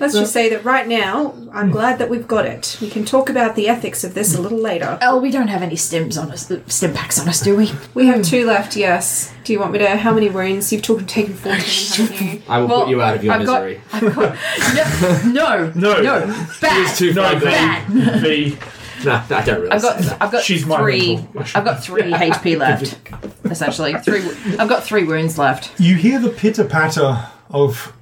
Speaker 9: Let's just say that right now, I'm glad that we've got it. We can talk about the ethics of this a little later.
Speaker 8: Oh, we don't have any stims on us, stim packs on us, do we?
Speaker 9: We have two left, yes. Do you want me to? How many wounds? You've talked, taken 14, haven't you?
Speaker 7: I will
Speaker 8: Well,
Speaker 7: put you out of your
Speaker 8: I've got-
Speaker 7: misery.
Speaker 8: I've got- no, no,
Speaker 6: No.
Speaker 8: no, bad.
Speaker 7: too
Speaker 6: No,
Speaker 7: far gone.
Speaker 6: V. V.
Speaker 7: Nah, I don't really.
Speaker 8: I've got,
Speaker 7: say that.
Speaker 8: I've got
Speaker 6: She's my
Speaker 8: three.
Speaker 6: mentor. I should-
Speaker 8: I've got three HP left, essentially. Three. wo- I've got three wounds left.
Speaker 5: you hear the pitter patter of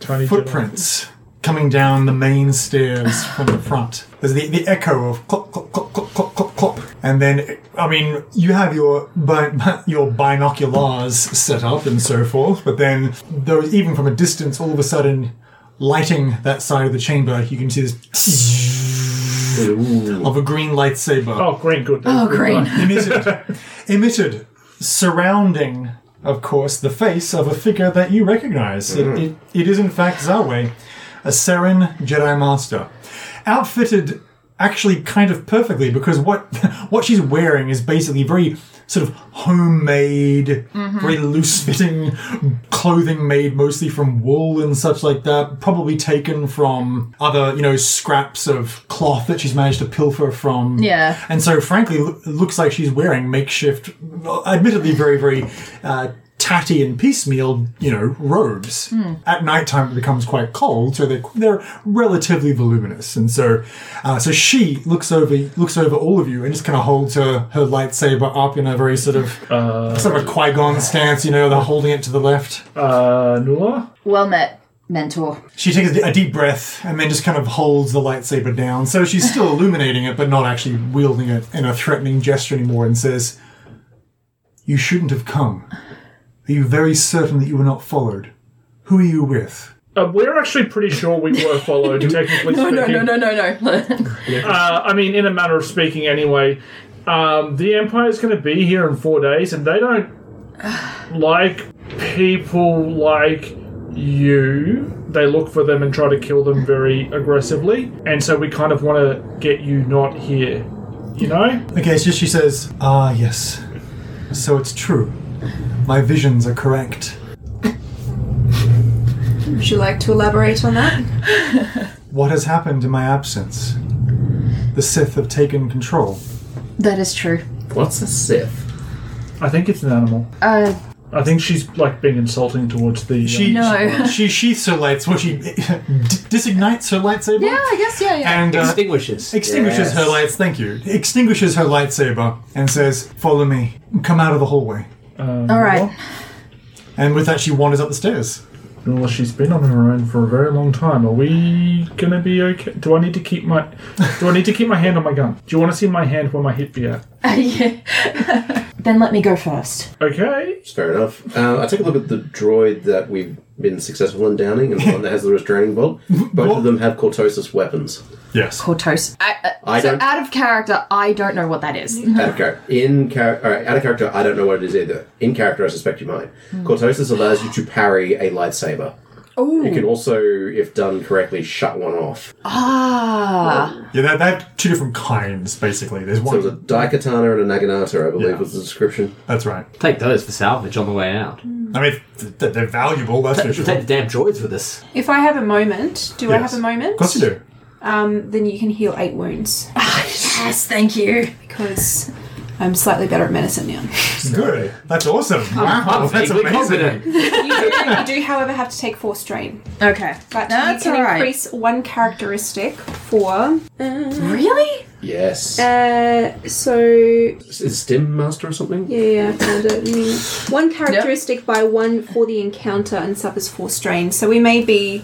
Speaker 6: Tiny
Speaker 5: footprints coming down the main stairs from the front. There's the, the echo of clop, clop, clop, clop, clop, clop, clop. And then, I mean, you have your bi- bi- your binoculars set up and so forth, but then those, even from a distance, all of a sudden, lighting that side of the chamber, you can see this of a green lightsaber
Speaker 6: Oh, green, good.
Speaker 8: Oh,
Speaker 6: Good
Speaker 8: green.
Speaker 6: guy.
Speaker 5: emitted, emitted, surrounding, of course, the face of a figure that you recognize. It, it, it is, in fact, Zawe, a Seren Jedi Master. Outfitted actually kind of perfectly because what, what she's wearing is basically very sort of homemade, very loose fitting clothing made mostly from wool and such like that, probably taken from other, you know, scraps of cloth that she's managed to pilfer from
Speaker 8: Yeah.
Speaker 5: and so, frankly, lo- it looks like she's wearing makeshift, admittedly very, very uh, tatty and piecemeal, you know, robes. At nighttime, it becomes quite cold, so they're, they're relatively voluminous. And so, uh, so she looks over, looks over all of you, and just kind of holds her, her lightsaber up in a very sort of sort of a Qui Gon stance, you know, they're holding it to the left.
Speaker 6: Uh, Nula?
Speaker 8: Well met, mentor.
Speaker 5: She takes a d- a deep breath and then just kind of holds the lightsaber down. So she's still illuminating it, but not actually wielding it in a threatening gesture anymore and says, You shouldn't have come. Are you very certain that you were not followed? Who are you with?
Speaker 6: Uh, we're actually pretty sure we were followed, technically
Speaker 8: No,
Speaker 6: speaking.
Speaker 8: no, no, no, no, no.
Speaker 6: Uh, I mean, in a manner of speaking, anyway. Um, the Empire's going to be here in four days, and they don't like people like you. They look for them and try to kill them very aggressively, and so we kind of want to get you not here. You know?
Speaker 5: Okay, so she says, Ah, yes. So it's true. My visions are correct.
Speaker 9: Would you like to elaborate on that?
Speaker 5: What has happened in my absence? The Sith have taken control.
Speaker 8: that is true.
Speaker 3: what's a Sith?
Speaker 6: I think it's an animal.
Speaker 8: Uh,
Speaker 6: I think she's like being insulting towards the.
Speaker 5: She,
Speaker 8: No.
Speaker 5: she sheaths her lights. What she d- disignites her lightsaber?
Speaker 8: yeah, I guess, yeah, yeah.
Speaker 5: And uh,
Speaker 7: Extinguishes.
Speaker 5: extinguishes her lights. Thank you. Extinguishes her lightsaber and says, "Follow me. Come out of the hallway."
Speaker 8: All right.
Speaker 5: And with that, she wanders up the stairs.
Speaker 6: Well, she's been on her own for a very long time. Are we gonna be okay? Do I need to keep my Do I need to keep my hand on my gun? Do you want to see my hand where my hip be at?
Speaker 8: yeah. then let me go first.
Speaker 6: Okay.
Speaker 3: Fair enough. Uh, I take a look at the droid that we've been successful in downing and the one that has the restraining bolt. Both of them have cortosis weapons.
Speaker 5: Yes.
Speaker 8: Cortos. I, uh,
Speaker 3: I
Speaker 8: so
Speaker 3: don't-
Speaker 8: out of character, I don't know what that is.
Speaker 3: Out of character. In char- all right, out of character, I don't know what it is either. In character, I suspect you might. Cortosis allows you to parry a lightsaber.
Speaker 8: Ooh.
Speaker 3: You can also, if done correctly, shut one off.
Speaker 8: Ah.
Speaker 5: Yeah, they, they have two different kinds, basically. There's
Speaker 3: So
Speaker 5: one.
Speaker 3: it was a Daikatana and a Naginata, I believe,
Speaker 5: Oh. Yeah.
Speaker 3: was the description.
Speaker 5: that's right.
Speaker 7: Take those for salvage on the way out.
Speaker 5: I mean, th- th- they're valuable, that's for
Speaker 7: Take
Speaker 5: sure.
Speaker 7: take the damn droids with us.
Speaker 9: If I have a moment, do I have
Speaker 5: Yes.
Speaker 9: a moment?
Speaker 5: Of course you do.
Speaker 9: Um, then you can heal eight wounds
Speaker 8: Yes, thank you.
Speaker 9: because I'm slightly better at medicine now.
Speaker 5: Good. That's awesome. Wow,
Speaker 7: I'm
Speaker 5: that's
Speaker 7: vaguely
Speaker 5: amazing.
Speaker 7: confident.
Speaker 9: you, do, you do, however, have to take four strain,
Speaker 8: Okay.
Speaker 9: but
Speaker 8: That's
Speaker 9: you can
Speaker 8: alright.
Speaker 9: increase one characteristic for.
Speaker 8: Really?
Speaker 3: Yes.
Speaker 9: Uh, so
Speaker 3: is Stim Master or something?
Speaker 9: Yeah, yeah, I found it. Mm. One characteristic by one for the encounter and suffers four strain. So we may be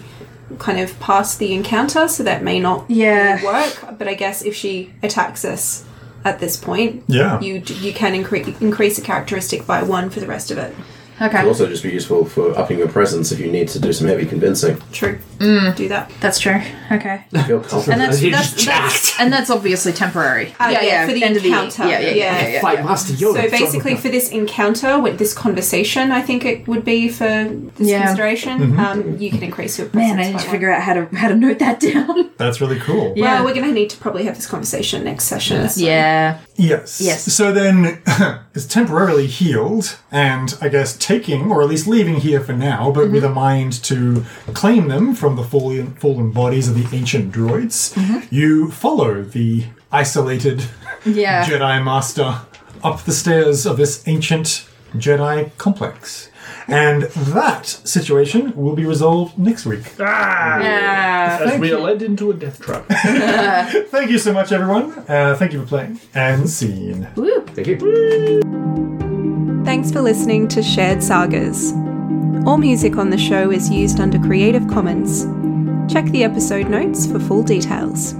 Speaker 9: kind of past the encounter, so that may not
Speaker 8: Yeah.
Speaker 9: work. But I guess if she attacks us at this point,
Speaker 5: Yeah.
Speaker 9: you d- you can incre- increase the characteristic by one for the rest of it.
Speaker 3: It'll
Speaker 8: Okay.
Speaker 3: also just be useful for upping your presence if you need to do some heavy convincing.
Speaker 9: True. Do that.
Speaker 8: That's true. Okay.
Speaker 3: I feel confident.
Speaker 8: And that's
Speaker 7: He's
Speaker 8: that's, that's
Speaker 7: jacked.
Speaker 8: and that's obviously temporary.
Speaker 9: Ah, yeah, for the
Speaker 8: end of
Speaker 9: encounter.
Speaker 8: yeah, yeah, yeah,
Speaker 9: Yeah.
Speaker 8: yeah, yeah.
Speaker 7: Fight Master Yoda.
Speaker 9: So
Speaker 7: Drop
Speaker 9: basically,
Speaker 7: the-
Speaker 9: for this encounter with this conversation, I think it would be for this
Speaker 8: Yeah.
Speaker 9: consideration. Um, you can increase your presence.
Speaker 8: Man, I need
Speaker 9: by
Speaker 8: to
Speaker 9: one.
Speaker 8: figure out how to how to note that down.
Speaker 5: That's really cool.
Speaker 8: Yeah.
Speaker 9: Well, we're going to need to probably have this conversation next session. so-
Speaker 8: Yeah.
Speaker 5: Yes.
Speaker 8: Yes.
Speaker 5: So then it's temporarily healed and I guess taking or at least leaving here for now,
Speaker 8: Mm-hmm.
Speaker 5: but with a mind to claim them from the fallen, fallen bodies of the ancient droids,
Speaker 8: Mm-hmm.
Speaker 5: you follow the isolated
Speaker 8: Yeah.
Speaker 5: Jedi Master up the stairs of this ancient Jedi complex. And that situation will be resolved next week.
Speaker 6: Ah!
Speaker 8: Yeah.
Speaker 6: As we are led into a death trap.
Speaker 5: Thank you so much, everyone. Uh, thank you for playing and scene.
Speaker 7: Thank you.
Speaker 2: Thanks for listening to Shared Sagas. All music on the show is used under Creative Commons. Check the episode notes for full details.